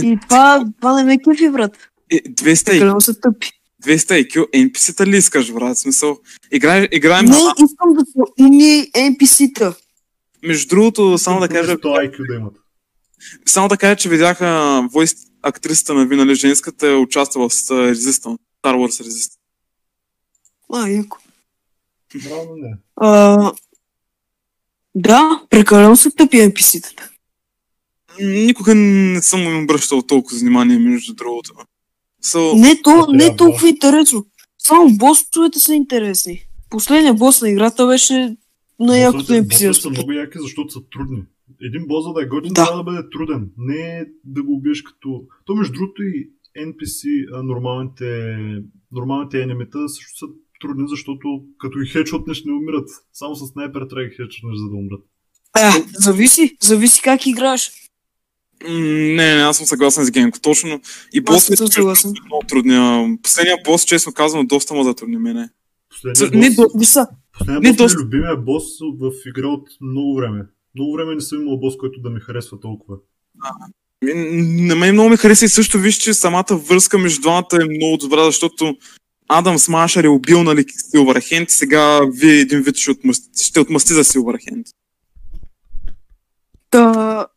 И това, това не ме кефи, брат. е, 200 IQ, Прекалено са тъпи. 200 IQ, NPC-та ли искаш, брат? В Смисъл, играем, е играем Не, искам да са умни NPC-та. Между другото, само да кажа, 100 IQ да имат. Само да кажа, че видяха войс актрисата на Винали е, женската е участвала в с- Resistance, Star Wars Resistance. А, яко. Браво, не. А, да, прекалено са тъпи NPC-тата. Никога не съм им обръщал толкова внимание, между другото. So, Не, то, не трябва. е толкова интересно. Само босовете са интересни. Последният бос на играта беше най-якото Босовете- NPC. босовете са разпознаване. много яки, защото са трудни. Един бос, за да е готин, Да. трябва да бъде труден. Не е да го убиеш като... То между другото и NPC, а, нормалните, нормалните енемита също са трудни, защото като ги хедшотнеш не умират. Само с снайпер трябва да ги хедшотнеш, за да умрат. Е, зависи, зависи как играеш. м, не, не, аз съм съгласен с Генко. Точно. И Аз не босът е съм съгласен. много трудни. а, Последния бос, честно казвам, доста му затрудни мене. За- Последният не бос, до- Не са. не последният бос ми доста- е любимия бос в игра от много време. Много време не съм имал бос, който да ми харесва толкова. М, На мен много ми хареса и също виж, че самата връзка между двамата е много добра, защото Адам Смашър е убил нали, Силвърхенд, сега вие един вид ще отмъсти, ще отмъсти за Силвърхенд. Та,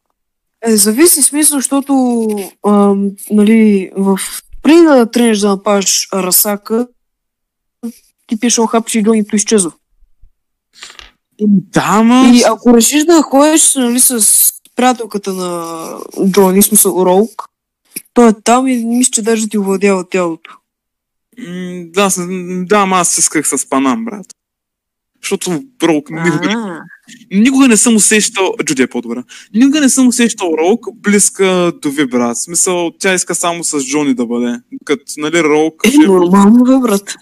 е, зависи смисъл, защото ам, нали, в преди да тренеш да нападаш Расака, ти пиеш хапче и гълнито изчезва. Да, ма... И ако решиш да ходиш нали, с приятелката на Джони, в смисъл Роук, той е там и мисля, че даже ти овладява тялото. М, Да, с- м, да, ама аз се исках с Панам, брат. Защото Роук никога, никога не съм усещал... Джуди е по-добра. Никога не съм усещал Роук близка до ви, брат. В смисъл, тя иска само с Джони да бъде. Докато, нали, Роук... Е, нормално бе, брат.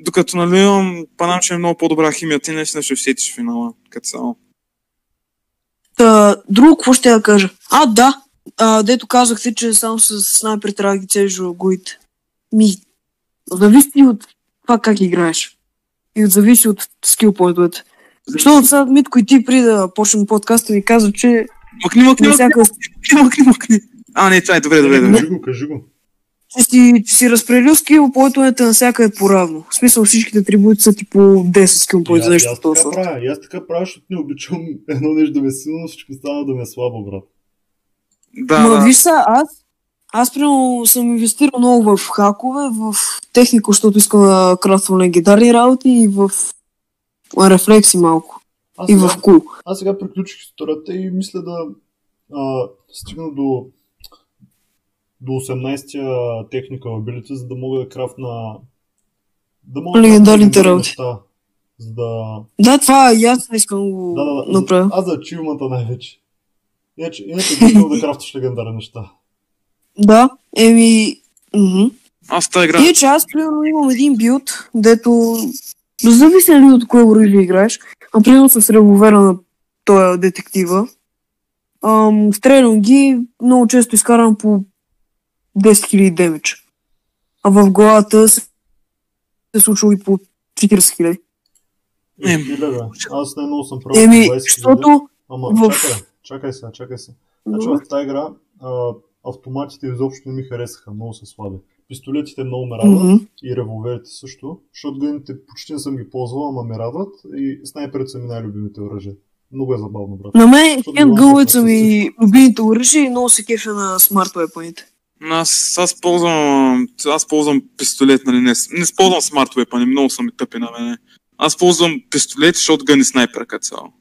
Докато, нали, ам, Панам ще е много по-добра химия. Ти наистина ще усетиш финала, като цяло. Та, друго, какво ще я да кажа? А, да. А, дето казахте, че само с снайпер трябва да ги целиш в главите. Ми, зависи от това как играеш. И от зависи от скил поинтовете. Защото сега Митко и ти, при да почнем подкаста, ми каза, че Мъкни, мъкни, на мъкни, всяка... мъкни, мъкни. А, не, това е добре, добре, добре. Кажи го, кажи го. че си, че си разпределил скил поинтовете навсякъде е по-равно. В смисъл всичките атрибути са ти по 10 скил И аз, поинта, и нещо аз от този така сорт. правя, и аз така правя, защото не обичам *laughs* едно нещо да ме е силно, всичко стана да ме е слабо, брат. Да, Ма, да. виж са, аз, аз примерно съм инвестирал много в хакове, в техника, защото искам да крафтвам легендарни работи и в рефлекси малко. Аз И сега, в кул. аз сега приключих историята и мисля да а, стигна до, до 18-я техника в билите, за да мога да крафна да мога да крафна Легендарните легендарни работи. неща, За да... Да, това и аз не искам да го Да, да, да. направя. Аз за ачивмата най-вече. Иначе, иначе би искал да крафтиш легендарни неща. Да, еми... мгм. Аз в тази игра. Иначе аз, примерно, имам един билд, дето зависи ли от кое оръжие играеш. А примерно с револвера на този детектива. Ам, стрелям ги, много често изкарам по 10 000 демидж. А в главата се се случва и по 40 000. Не. Е, хиляда. Аз най-много съм правил Еми, 20 хиляди. защото... Ама, в- чакай, чакай сега, чакай сега. Значи в тази игра а, автоматите изобщо не ми харесаха, много са слаби. Пистолетите много ме радват Мгм. и револверите също. Шотганите почти не съм ги ползвал, ама ме радват и снайперите са ми най-любимите оръжия. Много е забавно, брат. На мен Защото хендгълът са главата ми любимите оръжия и много се кефя на смарт вепаните. Аз, аз ползвам, аз ползвам пистолет, нали? Не, с- не ползвам смарт вепани, много са ми тъпи на мене. Аз ползвам пистолет, шотгън и снайпер като цяло.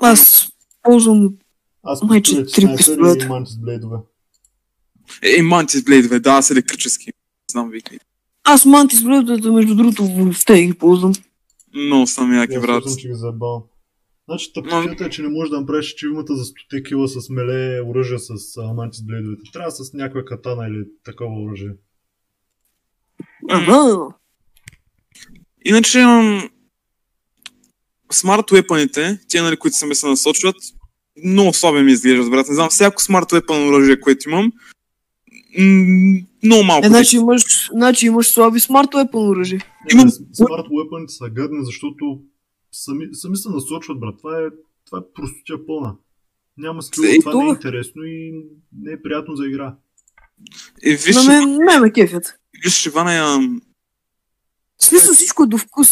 Аз ползвам Аз Май, че пистолети, три снайпери пистолета. и манти с блейдове. Е, Mantis Blade 2, да, аз електрически. Не Знам вики. Аз манти сблъдата, между другото, въобще не ги ползвам. Много съм яки, Аз брат. съм, че ги заебавам. Значи тъпотията е, че не можеш да направиш чивмата за 100 кила с меле оръжие с а, манти с блейдовете. Трябва с някоя катана или такова оръжие. Ага. Иначе, ам, смарт уепаните, те, нали, които сами се насочват, много слаби ми изглеждат, брат. Не знам, всяко смарт уепан оръжие, което имам, м, много малко. Е, значи имаш, значи имаш слаби смарт вепън оръжие. Имам- Имам... Смарт уепъните са гадни, защото сами, сами се насочват, брат. Това е, това е простотия пълна. Няма скил, Е, това не е това- интересно и не е приятно за игра. Е, виж, На мен не ме кефят. виж, Ивана, ам, В смисъл всичко е до вкус.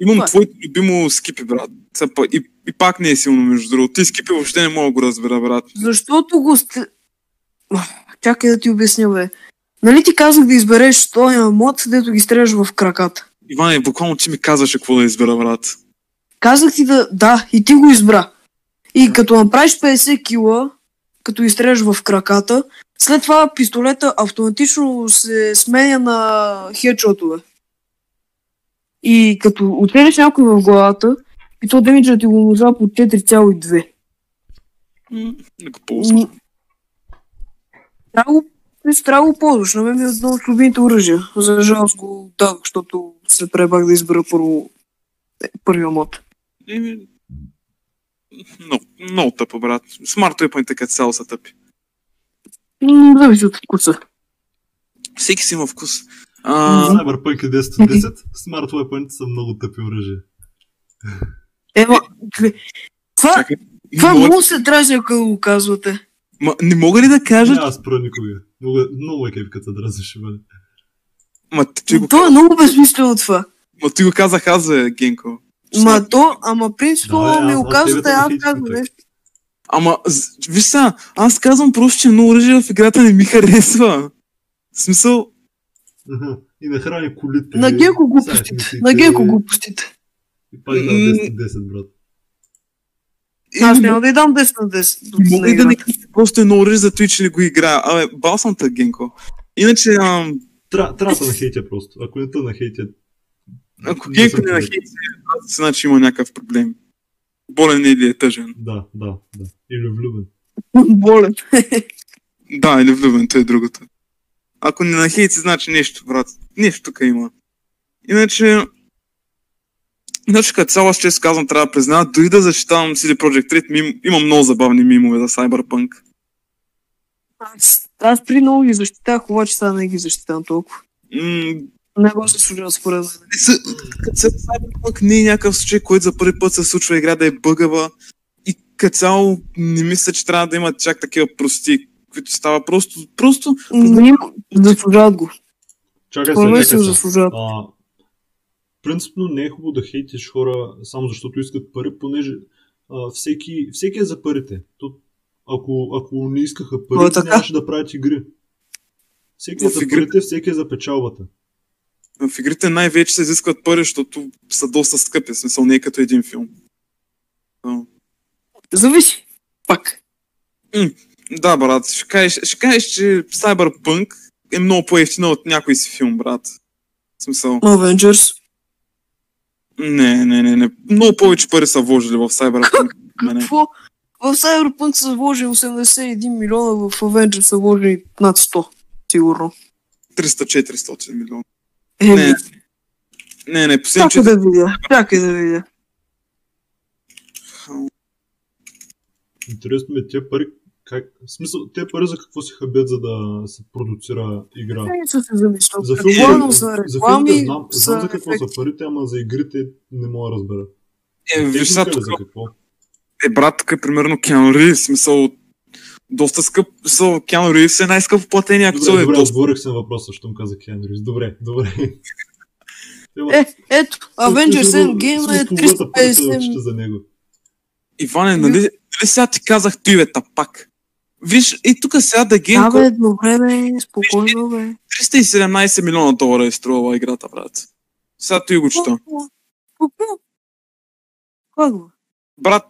Имам Това е. твоето любимо скипи, брат. Са па- И, и пак не е силно, между другото. Ти скипи въобще не мога да го разбера, брат. Защото го сте... Ах, Чакай да ти обясня, бе. Нали ти казах да избереш този мод, дето ги стреляш в краката? Иване, буквално ти ми казваше какво да избера, брат. Казах ти да, да, и ти го избра. И като направиш 50 кила, като изстреляш в краката, след това пистолета автоматично се сменя на хедшотове. И като оцелиш някой в главата, и то демиджа ти го множа по 4,2. Не го ползвам. Трябва го- мисля, трябва го ползваш. На мен ми е едно от любимите оръжия. За жалост го дадох, защото се пребах да избера първо е, първия мод. Еми... Много, много тъпо, брат. Смарт уепъните като цяло са тъпи. М, Зависи от вкуса. Всеки си има вкус. А, Cyberpunk е 10 от 10, Smart Weapon са много тъпи оръжия. Ема, гле- това, чакай. това е Мога- много се дразни, ако го казвате. Ма, не мога ли да кажа? Не аз спра никога. Много, е- много е кеф като дразниш бъде. Ма ти, го, То е много безмислено това. ма ти го казах аз, бе, Генко. Ма то, ама принципно Да, бе, ми аз- го аз казвате, тебе аз те не казвам хейтвам, нещо. Ама, з- виж са, аз казвам просто, че много оръжие в играта не ми харесва. В смисъл, Аха, И нахрани колите. На Геко го глупостите. На Геко глупостите. И пак да 10 от 10, брат. Аз еми, няма да й дам 10 на 10. от мога и да играта. не просто едно оръжие за той, че не го играя. Абе, бал съм тък, Генко. Иначе, ам, Тра- Трябва да нахейтя просто. Ако не те нахейтя... ако Генко Значи съм не човек. нахейте, аз значи има някакъв проблем. Болен е или е тъжен. Да, да, да. Или влюбен. Болен. Да, или влюбен, то е другото. Ако не нахейте, значи нещо, брат. Нещо тук има. Иначе... Иначе като цяло, аз често казвам, трябва да призная, дори да защитавам CD Projekt Red, мим, има много забавни мимове за Cyberpunk. Аз, аз при много ги защитах, обаче сега не ги защитавам толкова. М, Не го се служа според мен. не са- като цяло Cyberpunk не е някакъв случай, който за първи път се случва игра да е бъгава. И като цяло не мисля, че трябва да има чак такива прости, които става просто, просто Но им заслужават го. Чакай Според се, мен си го чакай се. заслужават. А, принципно не е хубаво да хейтиш хора само защото искат пари, понеже а, всеки, всеки е за парите. То, ако, ако не искаха О, пари, така. нямаше да правят игри. Всеки е В за игри- парите, всеки е за печалбата. в игрите най-вече се изискват пари, защото са доста скъпи. В смисъл не е като един филм. Зависи. Пак. Да, брат, ще кажеш, ще кажеш че Cyberpunk е много по-ефтина от някой си филм, брат. В смисъл, Avengers. не, не, не, не. Много повече пари са вложили в Cyberpunk. Мене. Какво? В Cyberpunk са вложили 81 милиона, в Avengers са вложили над 100. Сигурно. 300-400 милиона. Еми, Не, не, не, последните Е, чакай да видя. Чакай да видя. Интересно ми е тия пари, как... В смисъл, те пари за какво се хабят, за да се продуцира игра? Не са се замислял. За Главно филмите, Е, за за филмите реклами, знам, знам за за какво ефекти. са парите, ама за игрите не мога да разбера. Е, виж сега, Техника ли тук, за какво? е, брат, тук е примерно Киану Ривз, в смисъл, доста скъп, в смисъл, Киану Ривз е най-скъпо платения актьор, Добре, е добре, доста. отговорих се на въпроса, щом каза Киану Ривз. Добре, добре. Ема, Е, ето, Avengers смисъл, Endgame смисъл, е половината пари се 350 отчита за него. Иване, нали, нали сега ти казах ти, бе, тапак? Виж, и тук сега да Да, генко, бе, добре, бе, спокойно, бе. 317 милиона долара е струвала играта, брат. Сега ти го чета. Какво? Как го? Брат,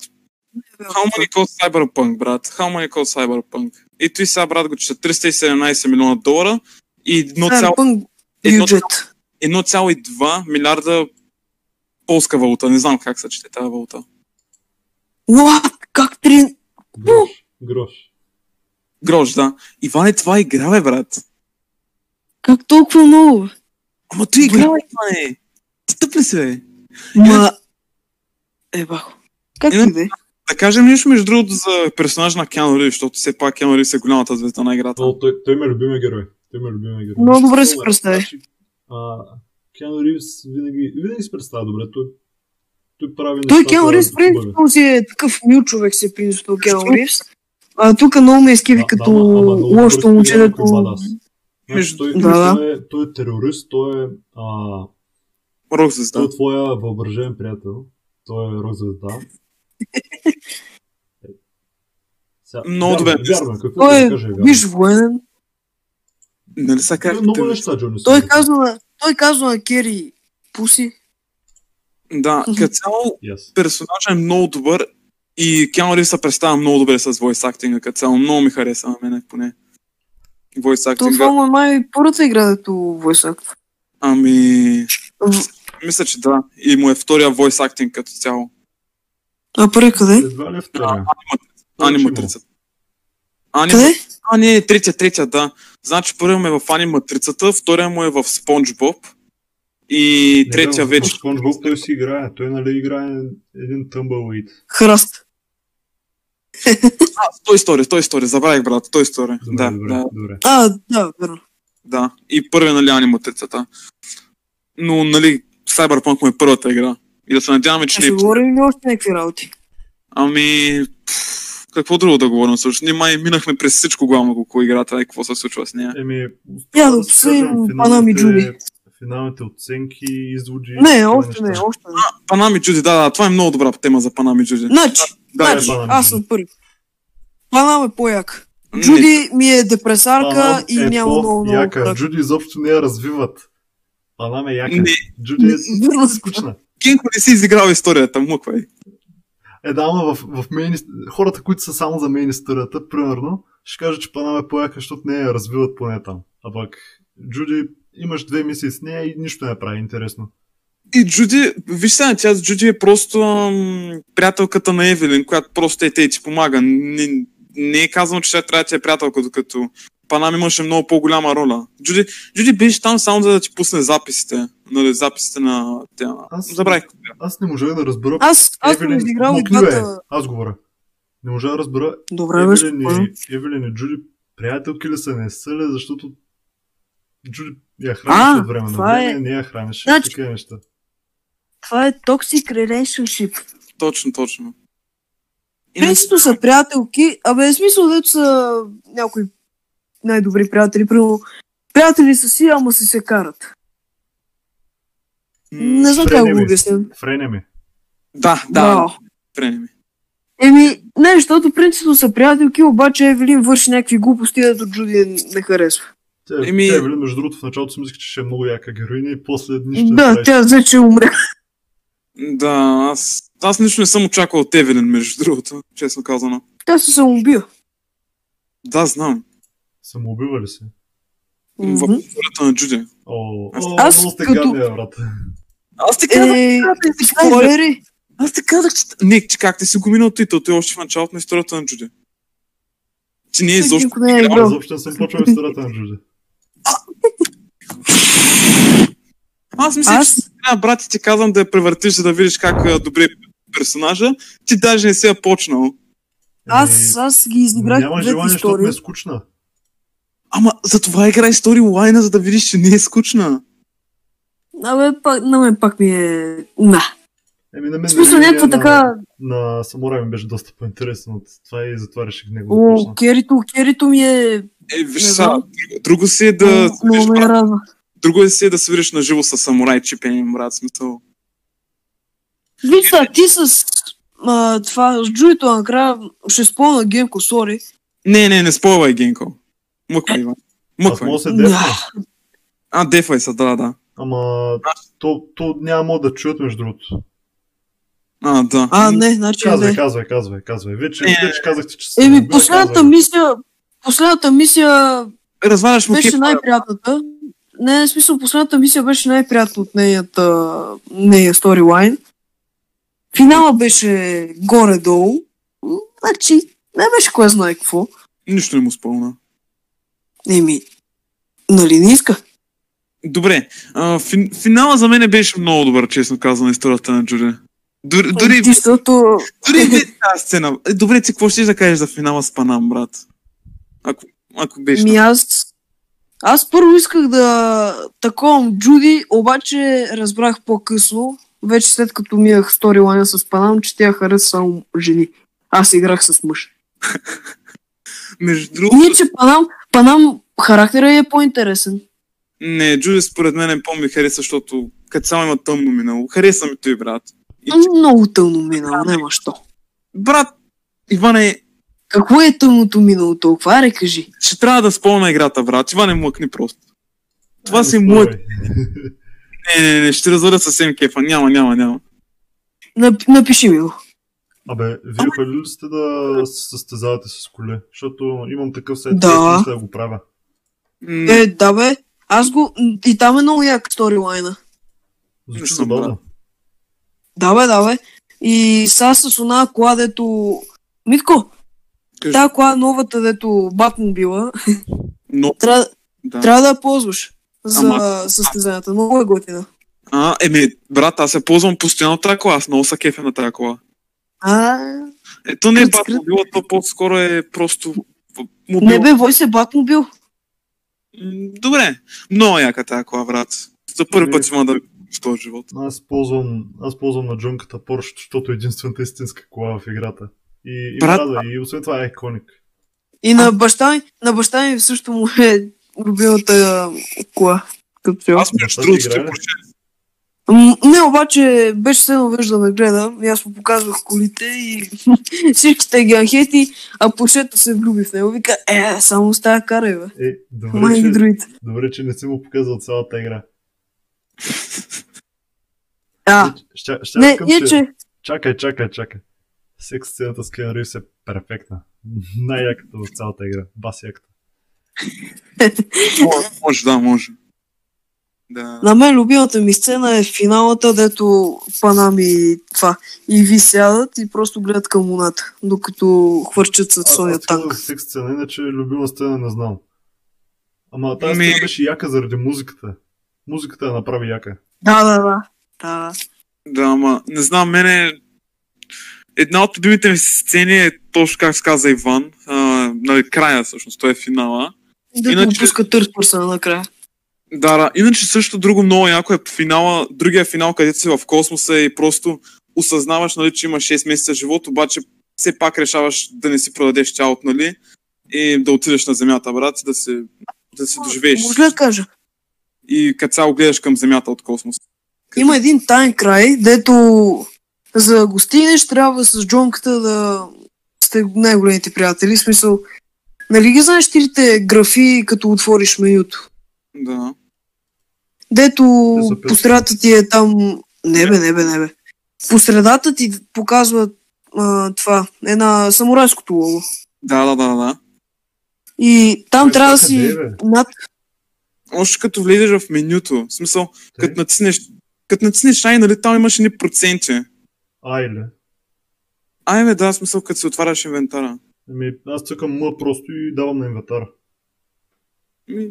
how many cost Cyberpunk, брат? How many cost Cyberpunk? И той сега, брат, го чета 317 милиона долара и 1,2 Cyberpunk едно Е, бюджет. 1,2 милиарда полска валута. Не знам как се чете тази валута. What? Как три... Грош, грош. Грош, да. Иване, това е игра, бе, брат. Как толкова много? бе? Ама ти игра, бе, Иване. Ти тъп ли си, бе? Ма... Е, бахо. Как Е, ти бе? Да кажем нещо, между другото, за персонаж на Киану Ривз, защото все пак Киану Ривз е голямата звезда на играта. Но той, той ме е любимия герой. Той ме е любимия герой. Много добре си Значи, представи. А, Киану Ривз винаги, винаги се представя добре. Той, той прави Той нещата Кел Ривз, хубави. принципно си е такъв мил човек си е принципно Кел Ривз. А тук много ме изкиви Да, като да, ама- ама много лошото добре момче, изглежда дето... като бадас. Значи, Между- той, Да, да. той, е, той е терорист, той е, а, Рок той звезда. е твоя въображен приятел. Той е рок *laughs* звезда. Сега, Много вярно, добре. Вярно, е, какво Той да е, кажа, е вярно. виж, военен. Нали са как... Той е много неща, Джони. Той Силвър. казва, на- той казва на Кери, пуси. Да, като цяло Yes. персонажът е много добър и Киану Ривз се представя много добре с войс актинга, като цяло много ми хареса на мене поне. Войс То актинга, това му е май първата игра, дето войс акт. ами... Мисля, че да. И му е втория войс актинг като цяло. А първи къде? Едва ли е втора? Анима Значи, 3. Анима... Къде? А, не, третия, третия, да. Значи първият му е в Анима 3, втория му е в Спонж Боб. И Не, третия да, вече. SpongeBob той си играе. Той нали играе един Tumbleweed. Храст. А, той стори, той стори, забравих брат, той стори. Добре, Да, е добре, да, добре. А, да, верно. да. И първия, нали, Анима 3. Но, нали, Cyberpunk му е първата игра. И да се надяваме, че Ще не е говорим ли още някакви работи? Ами, пф, какво друго да говорим също? Ние май минахме през всичко главно около играта и какво се случва с нея. Еми, Я да да си кажем обсъдим финалните- Панами Джули. Финалните оценки, изводи. Не, такива още не, неща. още не. Панами Джуди, да, да, това е много добра тема за Панами Джуди. Значи, Да, значи, е, Панама. аз съм първи. Панама е по-як. Ами, Не, Джуди ми е депресарка Панам и е няма много много по-яка. крак. Джуди изобщо не я развиват. Панам е яка. Не, Джуди е *laughs* Верно. скучна. Генко не си изиграл историята, муквай. Е, да, ама в, в мейн... хората, които са само за мейн историята, примерно, ще кажат, че Панам е по-яка, защото не я развиват поне там. А пък Джуди имаш две мисии с нея и нищо не прави интересно. И Джуди, виж сега, тя с Джуди е просто ам, приятелката на Евелин, която просто е те и ти помага. Не, не е казано, че тя трябва да ти е приятелка, докато Панам имаше много по-голяма роля. Джуди, Джуди беше там само за да ти пусне записите, нали, записите на тя. Аз- Забравих. Аз не можа да разбера... Аз, аз съм Евелин- изиграл и Моклю е, двата. Аз говоря. Не можа да разбера Добре, бе, Евелин спокойно. и, Евелин и Джуди приятелки ли са, не са ли, защото Джуди я А, хранеше от време на това е- време, не я хранеше. Значи- Такива неща. Това е Toxic Relationship. Точно, точно. И Принципно са приятелки, абе е смисъл, дето са някои най-добри приятели. Примерно, приятели са си, ама си се карат. Не знам как френеми. го обясням. Френе ми. Да, Браво. да, време. Еми, не, защото принципно са приятелки, обаче Евелин върши някакви глупости, дето Джуди не харесва. Тя, е- Еми- тя Евелин, между другото, в началото си мислех, че ще е много яка героиня и после нищо не Да, прави. тя взе, че умре. Да, аз, аз лично не съм очаквал от Евелин, между другото, честно казано. Тя се самоубива. Да, знам. Самоубива ли се? В Мгм. ролята е на Джуди. О, Аз- о, аз много сте като- гадния, брат. Аз ти казах, Е, да спойлери. аз ти казах, че... Не, че как ти си го минал титъл, той е още в началото на историята на Джуди. Че не е изобщо... Никой не е Аз играл. изобщо не съм почвал историята на Джуди. Аз мисля, че Аз, сега, брат, ти казвам да я превъртиш, за да видиш как а, добре е персонажа. Ти даже не си я почнал. аз, Еми, аз ги изиграх Няма двете желание, защото истории. ме е скучна. Ама за това играй стори лайна, за да видиш, че не е скучна. Абе, пак, на мен пак ми е... На. Еми, на В мен смисъл, Евелин някаква на- така... На самурай ми беше доста по-интересен от това и затова реших него да О, почна. керито, керито ми е... Е, виж Не сега, знам. друго- друго си е да... много- Много ме радва. Друго е си е да свириш на живо с самурай чипен, брат, смисъл. Виж, са, ти с... А, това, с джуито накрая ще спомня Генко, сори. Не, не, не спойвай, Генко. Мъквай, Е, Иван. Аз Мъквай. мога да се Да. дефна. А, дефай са, да, да. Ама то, то няма мога да чуят между другото. А, да. А, не, значи Казвай, не. казвай, казвай, казвай. Вече, Не. вече казахте, че се Еми, влюбила, последната казвай. мисия... Последната мисия Разваляш му беше кефа. най-приятната. Не, в смисъл, последната мисия беше най-приятна от нейната, нея сторилайн. Финала беше горе-долу. М, Значи, не беше кой знае какво. Нищо не му спомна. Еми, нали не иска? Добре, а, фин, финала за мен беше много добър, честно казано, историята на Джуди. Дори, дори, Ами Ти, защото... дори виж тази сцена. Е, Добре, ти какво ще да кажеш за финала с Панам, брат? Ако, ако беше. Ми аз... Аз първо исках да таковам Джуди, обаче разбрах по-късно, вече след като минах сторилайна с Панам, че тя харесва само жени. Аз играх с мъж. Между Ние, другото, че Панам, Панам характера е по-интересен. не, Джуди според мен е по-ми хареса, защото като само има тъмно минало. Хареса ми той, брат. И, Много тъмно минало, няма що. брат, Иване, Какво е тъмното минало толкова? Аре, кажи. Ами, ще трябва да спомня играта, брат. Това не млъкни просто. Това Ай, си не моят- спойвай. Не, не, не, ще разваля съвсем кефа. Няма, няма, няма. Нап- напиши ми го. Абе, вие ходили ли сте да се състезавате с коле? Защото имам такъв сайт, Да. който мисля да го правя. М, Е, да бе. Аз го... И там е много як сторилайна. Не Звучи съм забавно. Да бе, да бе. И сега с она кола, дето... Митко, Кажи. тая кола новата, дето Батман била, Но, трябва, да. трябва да я ползваш за Ама- състезанията. Много е готина. А, еми, брат, аз се ползвам постоянно тази кола. Аз много са кефя на тази кола. А, Ето не е Скрит, скрит. Батмобила, то по-скоро е просто в- мобил. не бе, вой се Батмобил. М, Добре. Много е яка тази кола, брат. За първи път има да в този живот. Аз ползвам, аз ползвам на джунката Porsche, защото е единствената истинска кола в играта. И, и Брат, Брат... и освен това е иконик. И на баща ми, на баща ми също му е любимата кола. Като цяло. Аз между Аз другото играя. ще прочета. М, Не, обаче беше седно виж да ме гледа и аз му показвах колите и *laughs* всичките ги анхети, а пошето се влюби в него. Вика, е, само с тая карай, бе. Е, добре, Май и че, другите. добре, че не си му показал цялата игра. А, Е, Ща, ща, не, е, искам, че- иначе, Чакай, чакай, чакай. Секс сцената с Киану Ривз е перфектна. *laughs* Най-яката в цялата игра. Бас яката. Може, Може, да, може. Да. на мен любимата ми сцена е финалата, дето Панами и това. И ви сядат и просто гледат към луната, докато хвърчат с Аз- Соня аз казах танк. Секс сцена, иначе любима сцена не знам. Ама тази Ми- сцена беше яка заради музиката. Музиката я направи яка. Да, да, да. Да, Да, ама не знам, мене една от любимите ми сцени е точно как се каза Иван, а, нали, края всъщност, той е финала. да. Дето Иначе- му пуска търс пърса накрая. Да, да, иначе също друго много яко е финала, другия финал, където си в космоса и просто осъзнаваш, нали, че имаш 6 месеца живот, обаче все пак решаваш да не си продадеш тялото, нали, и да отидеш на земята, брат, да се, да се доживееш. Може ли да кажа? И като цяло гледаш към земята от космоса. Има един тайн край, дето за да го стигнеш трябва с джонката да сте най-големите приятели. В смисъл, нали ги знаеш трите графи, като отвориш менюто? Да. Дето Те са песни. по средата ти е там... Не бе, не бе, не бе. По средата ти показва а, това, една самурайското лого. Да, да, да, да. И там Бе, трябва да това си къде е, бе? над... Още като влезеш в менюто, в смисъл, Тъй? Като натиснеш, като натиснеш ай, нали, там имаш едни проценти. Айле. Ай, ме, да, в смисъл, като си отваряш инвентара. Ами, аз цъкам М просто и давам на инвентар. Ми...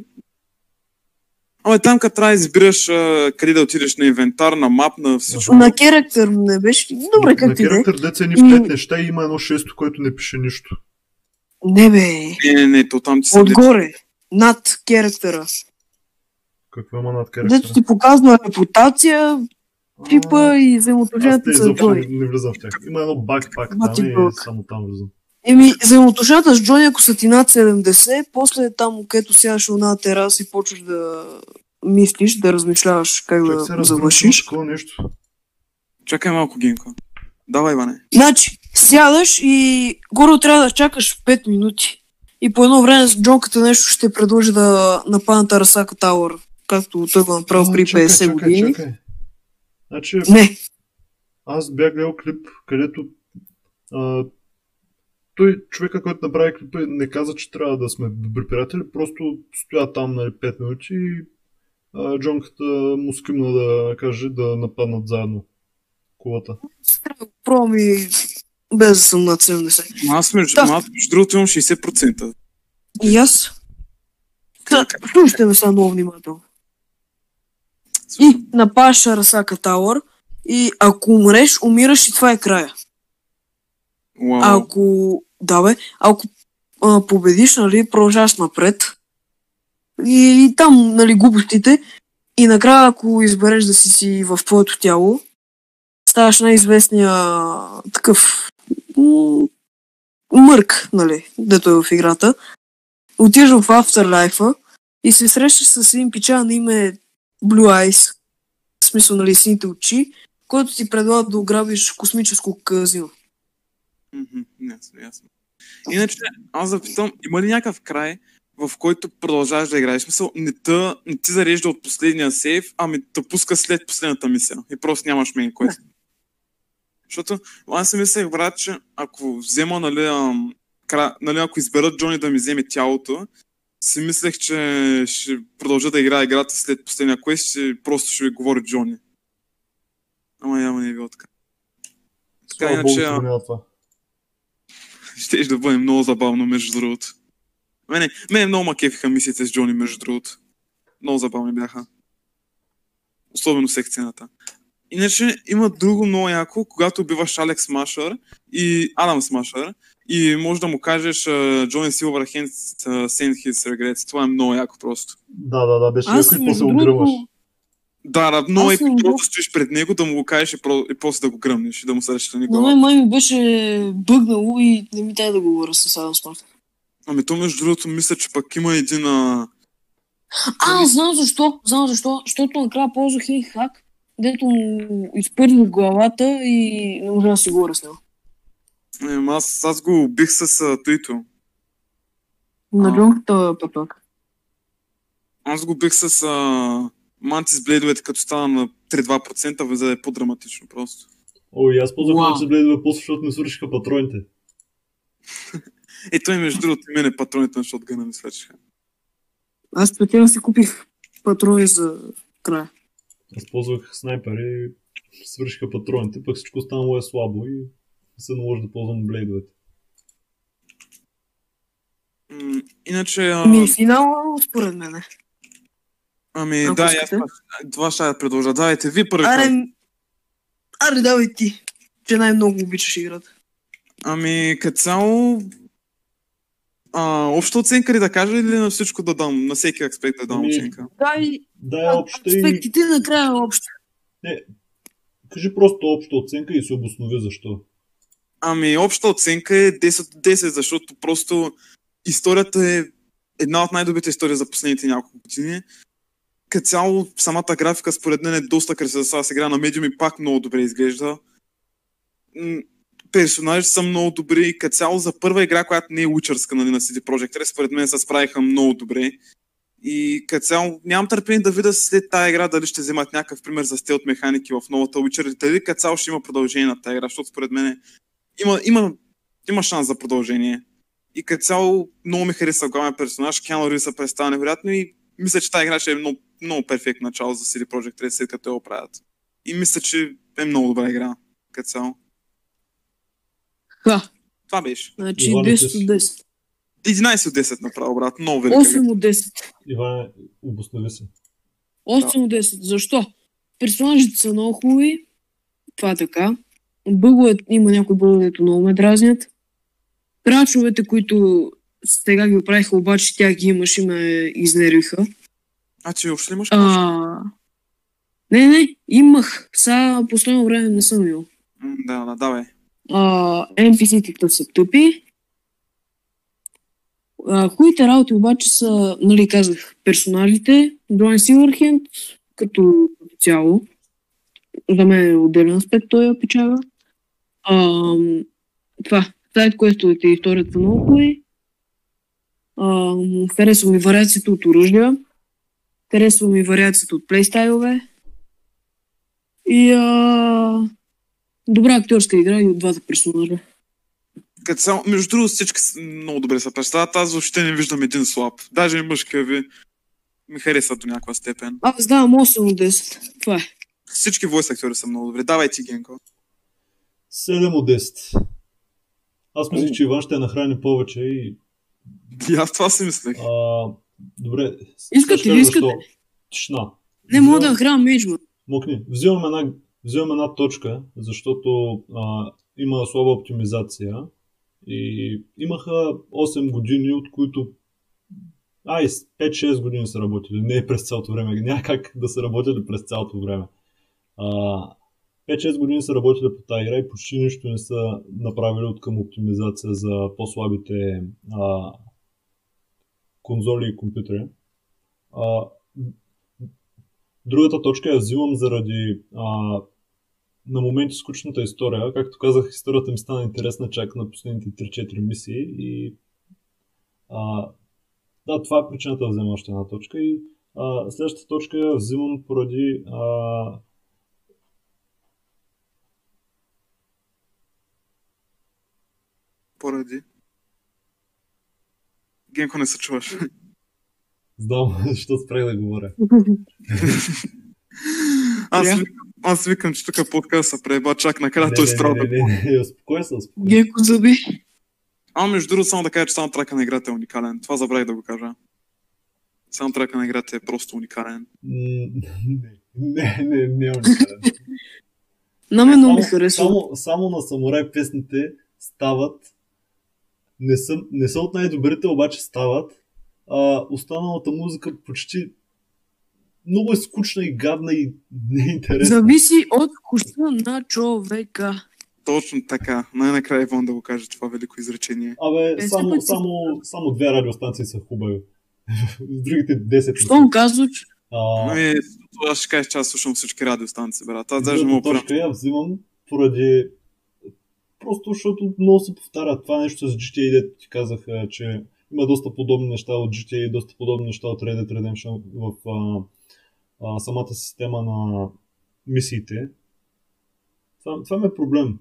Ама там, като трябва да избираш а, къде да отидеш на инвентар, на мап, на всичко. На керактер не беше... Добре, на, на както и да е. характер деца ни И- пет неща и има едно шесто, което не пише нищо. Не бе, Не, не, не, то там ти се отгоре, над керактера. Какво има над Дето характера? ти показва репутация, пипа Аз и те взаимоотношенията с изобщо не, Джони. не влизам в тях. Има едно бакпак What там the и fuck? само там влизам. Еми, взаимоотношенията с Джони, ако са ти над 70, после е там, където сядаш на една тераса и почваш да мислиш, да размишляваш как Човек се да разбира завършиш. такова е нещо. Чакай малко, Гинко. Давай, Иване. Значи, сядаш и горе трябва да чакаш 5 минути. И по едно време с Джонката нещо ще предложи да нападна Тарасака Тауър, както той го направи А, при чакай, 50 чакай, години. чакай. Значи, Не, аз бях гледал клип, където а, той, човека, който направи клипа, не каза, че трябва да сме добри приятели, просто стоя там на 5 минути и а, Джонката му скимна да каже да нападнат заедно колата. пробвам и без да съм над 70. Ма Аз между, Да. да. аз, между другото имам 60%. И аз. Та, Слушайте ме сега много внимателно. И напаш Арасака Тауър. И ако умреш, умираш и това е края. Уау. А ако... Да бе, ако а, победиш, нали, продължаваш напред. И, и там, нали, глупостите. И накрая, ако избереш да си си в твоето тяло, ставаш най-известния такъв м, мърк, нали, дето е в играта. Отиваш в Afterlife и се срещаш с един пича на име Blue Eyes, в смисъл, нали, сините очи, който ти предлага да ограбиш космическо казино. Мгм, Ясно, ясно. Иначе, аз да питам, има ли някакъв край, в който продължаваш да играеш. В Смисъл, не, та, не ти зарежда от последния сейф, ами те пуска след последната мисия. И просто нямаш мейн квест. Защото аз си мислех, брат, че ако взема, нали, ам, кра... нали, ако изберат Джони да ми вземе тялото, си мислех, че ще продължа да играя играта след последния квест, ще просто ще ви говори Джони. Ама явно не е било така. Така Слава Богу, иначе, че а, го няма това. ще да бъде много забавно, между другото. Мене, мене много ма кефиха мисиите с Джони, между другото. Много забавни бяха. Особено секцията. Иначе има друго много яко, когато убиваш Алекс Машър и Адам Смашър и може да му кажеш а, Джони Силвърхенд а, Send His Regrets. Това е много яко просто. Да, да, да, беше Аз, яко и после между го гръмваш. другото, Да, да, много Аз е съм просто го- стоиш пред него да му го кажеш и, про... и после да го гръмнеш и да му срещаш на на глава. мен май ми беше бъгнало и не ми дай да говоря с Адам Смарт. Ами то между другото мисля, че пък има един... А... А, знам защо, знам защо, защото накрая ползвах един хак, дето му изпърни главата и не можа да си говоря с него. Ем, аз, аз го убих с а, Туито. На джунката пъток. Аз го бих с а, Мантис Блейдовете, като стана на 3-2%, за да е по-драматично просто. О, и аз Уау. по-запомням, че бледове после, защото не свършиха патроните. Е, той между другото и мене патроните на шотгана ми свършиха. Аз петина си купих патрони за края. Аз ползвах снайпер и свършиха патроните, пък всичко останало е слабо и се наложи да ползвам блейдовете. М, иначе, а, Ми финал, според мен. е. ами ако да, и аз искате. това- това ще я продължа. Давайте, ви първи. Аре, казвайте. м- аре, давай ти, че най-много обичаш играта. Ами, като цяло... А, обща оценка ли да кажа или на всичко да дам? На всеки аспект да дам Ами, оценка. Дай Да, общо и... аспектите накрая общо. Кажи просто обща оценка и се обоснови защо. Ами, обща оценка е 10 от 10, защото просто историята е една от най-добрите истории за последните няколко години. Като цяло, самата графика според мен е доста красива. Сега сега на медиум и пак много добре изглежда. М, Персонажите са много добри и като цяло за първа игра, която не е учърска нали, на CD Projekt Red, според мен се справиха много добре. И като цяло нямам търпение да видя след тази игра дали ще вземат някакъв пример за стелт механики в новата Witcher или дали като цяло ще има продължение на тази игра, защото според мен е има, има, има шанс за продължение. И като цяло много ми харесва главния персонаж, Киану Ривз се представя невероятно и мисля, че тази игра ще е много, много перфектно начало за CD Projekt Red, след като я оправят. И мисля, че е много добра игра, като цяло. Ха, Това беше. значи Иване, 10 ти си. от 10. 11 от 10 направо, брат. Много велика. 8 от 10. Иване, обоснови се. 8 от 10. Защо? Персонажите са много хубави. Това е така. Бъгове, има някои бъгове, дето много ме дразнят. Крачовете, които сега ги оправиха, обаче тя ги имаше и ме изнервиха. А, че още ли имаш? А... А... Не, не, имах. Сега последно време не съм имал. Да, да, давай. а, NPC-тата са тъпи. А, хубавите работи обаче са, нали казах, персонажите, Дуан Силърхенд, като цяло. За мен е отделен аспект той я печага. А, това, сайт, което е историята на Окои. А, харесва ми вариацията от оръжия. Харесва ми вариацията от плейстайлове. И а, добра актьорска игра и от двата персонажа. Като цяло, между другото, всички с- много добре се представят. Аз въобще не виждам един слаб. Даже и мъжкия ви ми харесва до някаква степен. Аз давам 8 от 10. Това е. Всички войс актьори са много добре. Давай ти, Генко. *laughs* 7 от 10. Аз мислих, О. че Иван ще я нахрани повече и... И аз това си мислех. А, добре. Искате ли, ли, искате? Тишна. Не мога да нахрана Миджман. *laughs* Мокни. Взимам една, взимам една точка, защото а, има слаба оптимизация. И имаха 8 години, от които ай, с 5-6 години са работили. Не е през цялото време. Няма как да са работили през цялото време. А, 5-6 години са работили по тази игра и почти нищо не са направили от към оптимизация за по-слабите а, конзоли и компютри. А, Другата точка я взимам заради а, на моменти скучната история. Както казах, историята ми стана интересна чак на последните 3-4 мисии и а, Да, това е причината да взема още една точка. И а, следващата точка я взимам поради а, Поради. Генко, не се *laughs* чуваш. знам защо спрях да говоря. Аз, Я? викам- аз викам, че тук подкаст се преба чак накрая той не, страда. не, не, не, не, успокой се, успокой. се. Геко заби. А, между другото, само да кажа, че саундтрака на играта е уникален. Това забравих да го кажа. Саундтрака на играта е просто уникален. М, Не, не, не, не, е уникален. На мен много ми Само- харесва. Само, само на самурай песните стават. Не, съм, не са от най-добрите, обаче стават. А, останалата музика почти много е скучна и гадна и е неинтересна. Зависи от вкуса на човека. Точно така. Най-накрая Иван да го каже това велико изречение. Абе, Песен само, пък си- само, само две радиостанции са хубави. *laughs* С другите 10 не са. Щом казва, че А, Ами, аз ще кажа, че аз слушам всички радиостанции, брат. Аз даже не мога другата да точка я взимам поради... Просто защото много се повтаря това нещо с GTA, дето ти казах, а, че има доста подобни неща от GTA, доста подобни неща от Red Dead Redemption в а, а, самата система на мисиите. Това, това ми е проблем.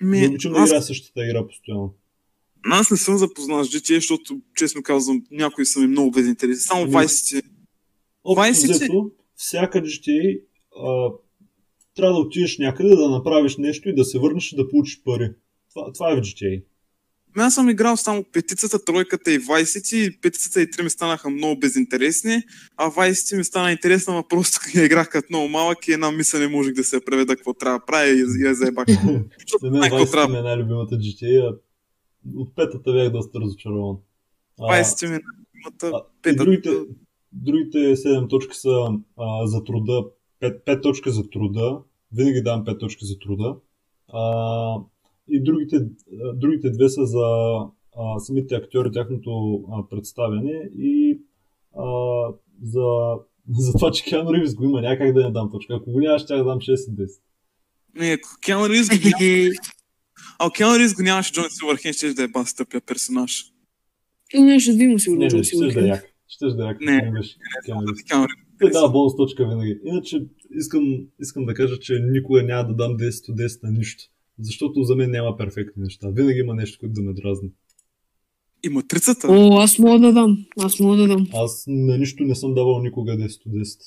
Не Ми, обичам да Ами, аз, играя същата игра постоянно. аз, не съм запознат с GTA, защото, честно казвам, някои са ми много безинтересни. Само Ами- Vice City. Общо 20 взето, всяка GTA а, трябва да отидеш някъде, да направиш нещо и да се върнеш и да получиш пари. Това, това е в GTA. Ами аз съм играл само петицата, тройката и Vice City. и Петицата и три ми станаха много безинтересни, а Vice City ми стана интересна, но просто *laughs* я играх като много малък и една мисъл не можех да се я преведа какво трябва да правя и я- я заебах. Защото За мен знае какво 20 трябва. ми е най-любимата GTA. а От петата бях доста разочарован. А, 20 ми е най-любимата, а, и петата- другите, другите 7 точки са а, за труда. 5, 5 точки за труда. Винаги давам 5 точки за труда. А, и другите, а, другите две са за а, самите актьори, тяхното а, представяне и а, за, за това, че Киану Ривз го има. Някак да не дам точка. Ако го няма, ще я дам 6 и 10. Не, Киан Рис го няма. А Киан Рис го нямаше Джон Силвърхен, ще да е бас тъпия персонаж. и не ще видим Не, сигурно, не, че ще да е си як. Ще да як. Не, не беше Киану Ривз. Киан Рис. Те да, бонус точка винаги. Иначе искам, искам да кажа, че никога няма да дам 10 от 10 на нищо. Защото за мен няма перфектни неща. Винаги има нещо, което да ме дразни. И матрицата. О, аз мога да дам. Аз мога да дам. Аз на нищо не съм давал никога 10 от 10.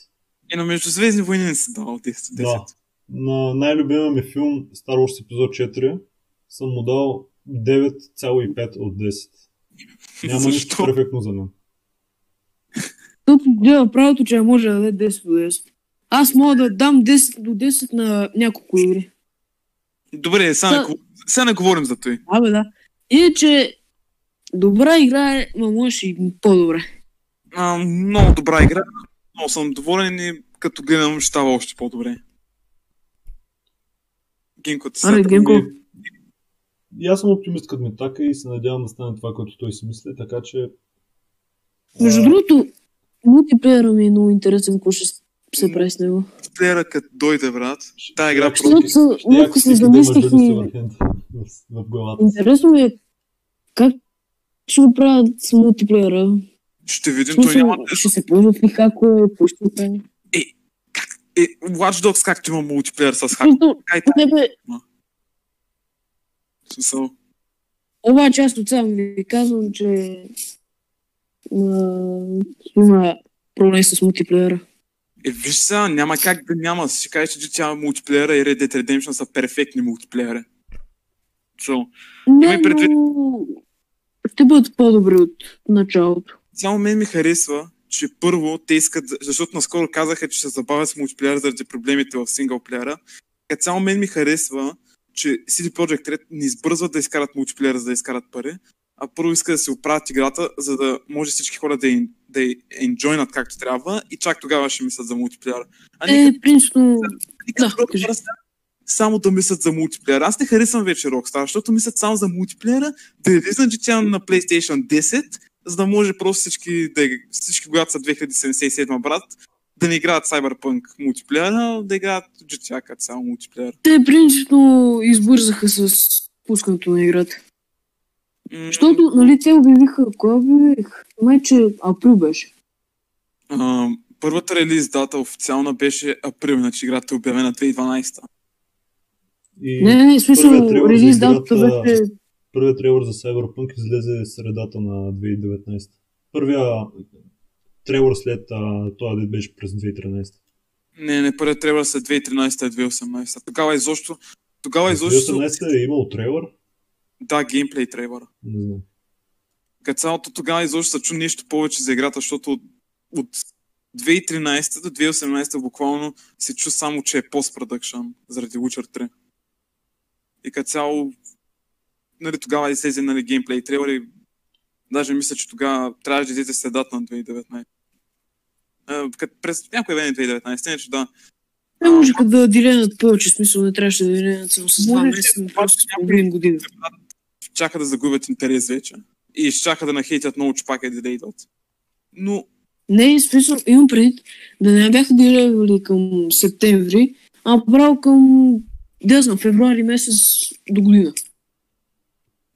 И Е, на Междузвездни войни не си давал 10 Да. 10. На най-любимия ми филм Star Wars епизод 4 съм му дал 9,5 от 10. *laughs* Няма нищо Защо? перфектно за мен. Тъпо гледа правото, че не може да даде 10 до 10. Аз мога да дам 10 до 10 на няколко игри. Добре, сега не, Та- говор- сега не говорим за той. Абе, да. Иначе, добра игра е, ма можеш и по-добре. А, много добра игра. Много съм доволен и като гледам, ще става още по-добре. Генко, ти Аре, сега... Генко, Ами, И аз съм оптимист като ми така и се надявам да стане това, което той си мисли, така че... между а, другото, мултиплеера ми е много интересен, какво ще се прави с него. Плеера като дойде, брат. Тая игра Ще- просто- Защото са- Ще яко малко се всеки да имаш замислих Джони и Силверхенд в, в главата. интересно ми е как ще го правят с мултиплеера. Ще видим, той Смисъл, няма... ще се ползват ли хакове, какво ще правят? Е, Watch Dogs както има мултиплеер с хак. Смисъл, Кай не бе, в смисъл. Обаче аз от сам ви казвам, че а, има проблем с мултиплеера. Е, виж сега, няма как да няма. Ще кажеш, че тя е мултиплеера и Red Dead Redemption са перфектни мултиплеера. Чо? Не, Имай Ами предвид- но ще бъдат по-добри от началото. Само мен ми харесва, че първо те искат, защото наскоро казаха, че ще забавят с мултиплеера заради проблемите в синглплеера. Като цяло мен ми харесва, че CD Projekt Red не избързват да изкарат мултиплеера, за да изкарат пари, а първо иска да се оправят играта, за да може всички хора да, ен- да я енджойнат както трябва и чак тогава ще мислят за мултиплеера. А не Е, принципно, Нека Да, да, кажи. само да мислят за мултиплеера. Аз не харесвам вече Rockstar, защото мислят само за мултиплеера, да е релизна GTA на PlayStation 10, за да може просто всички, да, иг- всички когато са 2077 брат, да не играят Cyberpunk мултиплеера, а да играят GTA като само мултиплеер. те принципно избързаха с пускането на играта. Защото, нали, те обявиха, кой обявих? Май, че април беше. А, първата релиз дата официална беше април, значи играта е обявена 2012. И Не, не, не, в смисъл, първият трейлър за релиз датата играта- беше... Първият трейлър за Cyberpunk излезе средата на 2019. Първия трейлър след а, това дет беше през 2013. Не, не, първият трейлър след 2013 и 2018. Тогава изобщо... Тогава През изобщо... 2018 е имал трейлър? Да, геймплей трейлъра. Не знам. Като цялото тогава изобщо се чу нещо повече за играта, защото от, от 2013 до 2018 буквално се чу само, че е постпродъкшън заради Witcher 3. И като цяло, нали, тогава излезе нали, геймплей трейлър и даже мисля, че тогава трябваше да излезе следата на 2019. Е, като през някое време 2019, иначе да. Не може като да дилянат повече, в смисъл, не трябваше да дилянат само с два Може, месеца, но че- просто с половин година. чака да загубят интерес вече. И ще чака да нахейтят много, че пак е да идват. Но Не, в смисъл, имам предвид да не бяха дилянали към септември, а право към, да знам, февруари месец до година.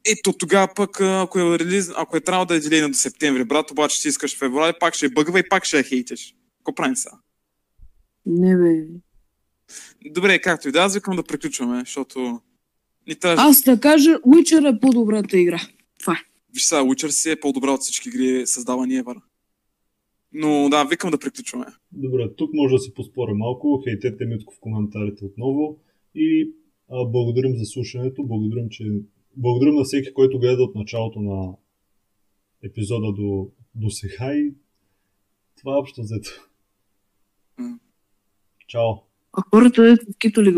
ето тогава пък, а, ако е, релиз, ако е трябвало да е делено до септември, брат, обаче ти искаш в февруари, пак ще е бъгва и пак ще я хейтиш. Какво правим сега? Не бе. Добре, както и да, аз викам да приключваме, защото ни трябва... Аз да кажа, Witcher е по-добрата игра. Виж сега, Witcher си е по-добра от всички игри, създавани Ever. Но да, викам да приключваме. Добре, тук може да се поспоря малко. Хейтете Митко в коментарите отново. И а, благодарим за слушането. Благодарим, че... благодарим на всеки, който гледа от началото на епизода до, до сега. И това е общо взето. М. Чао! А хората, дето в Кито ли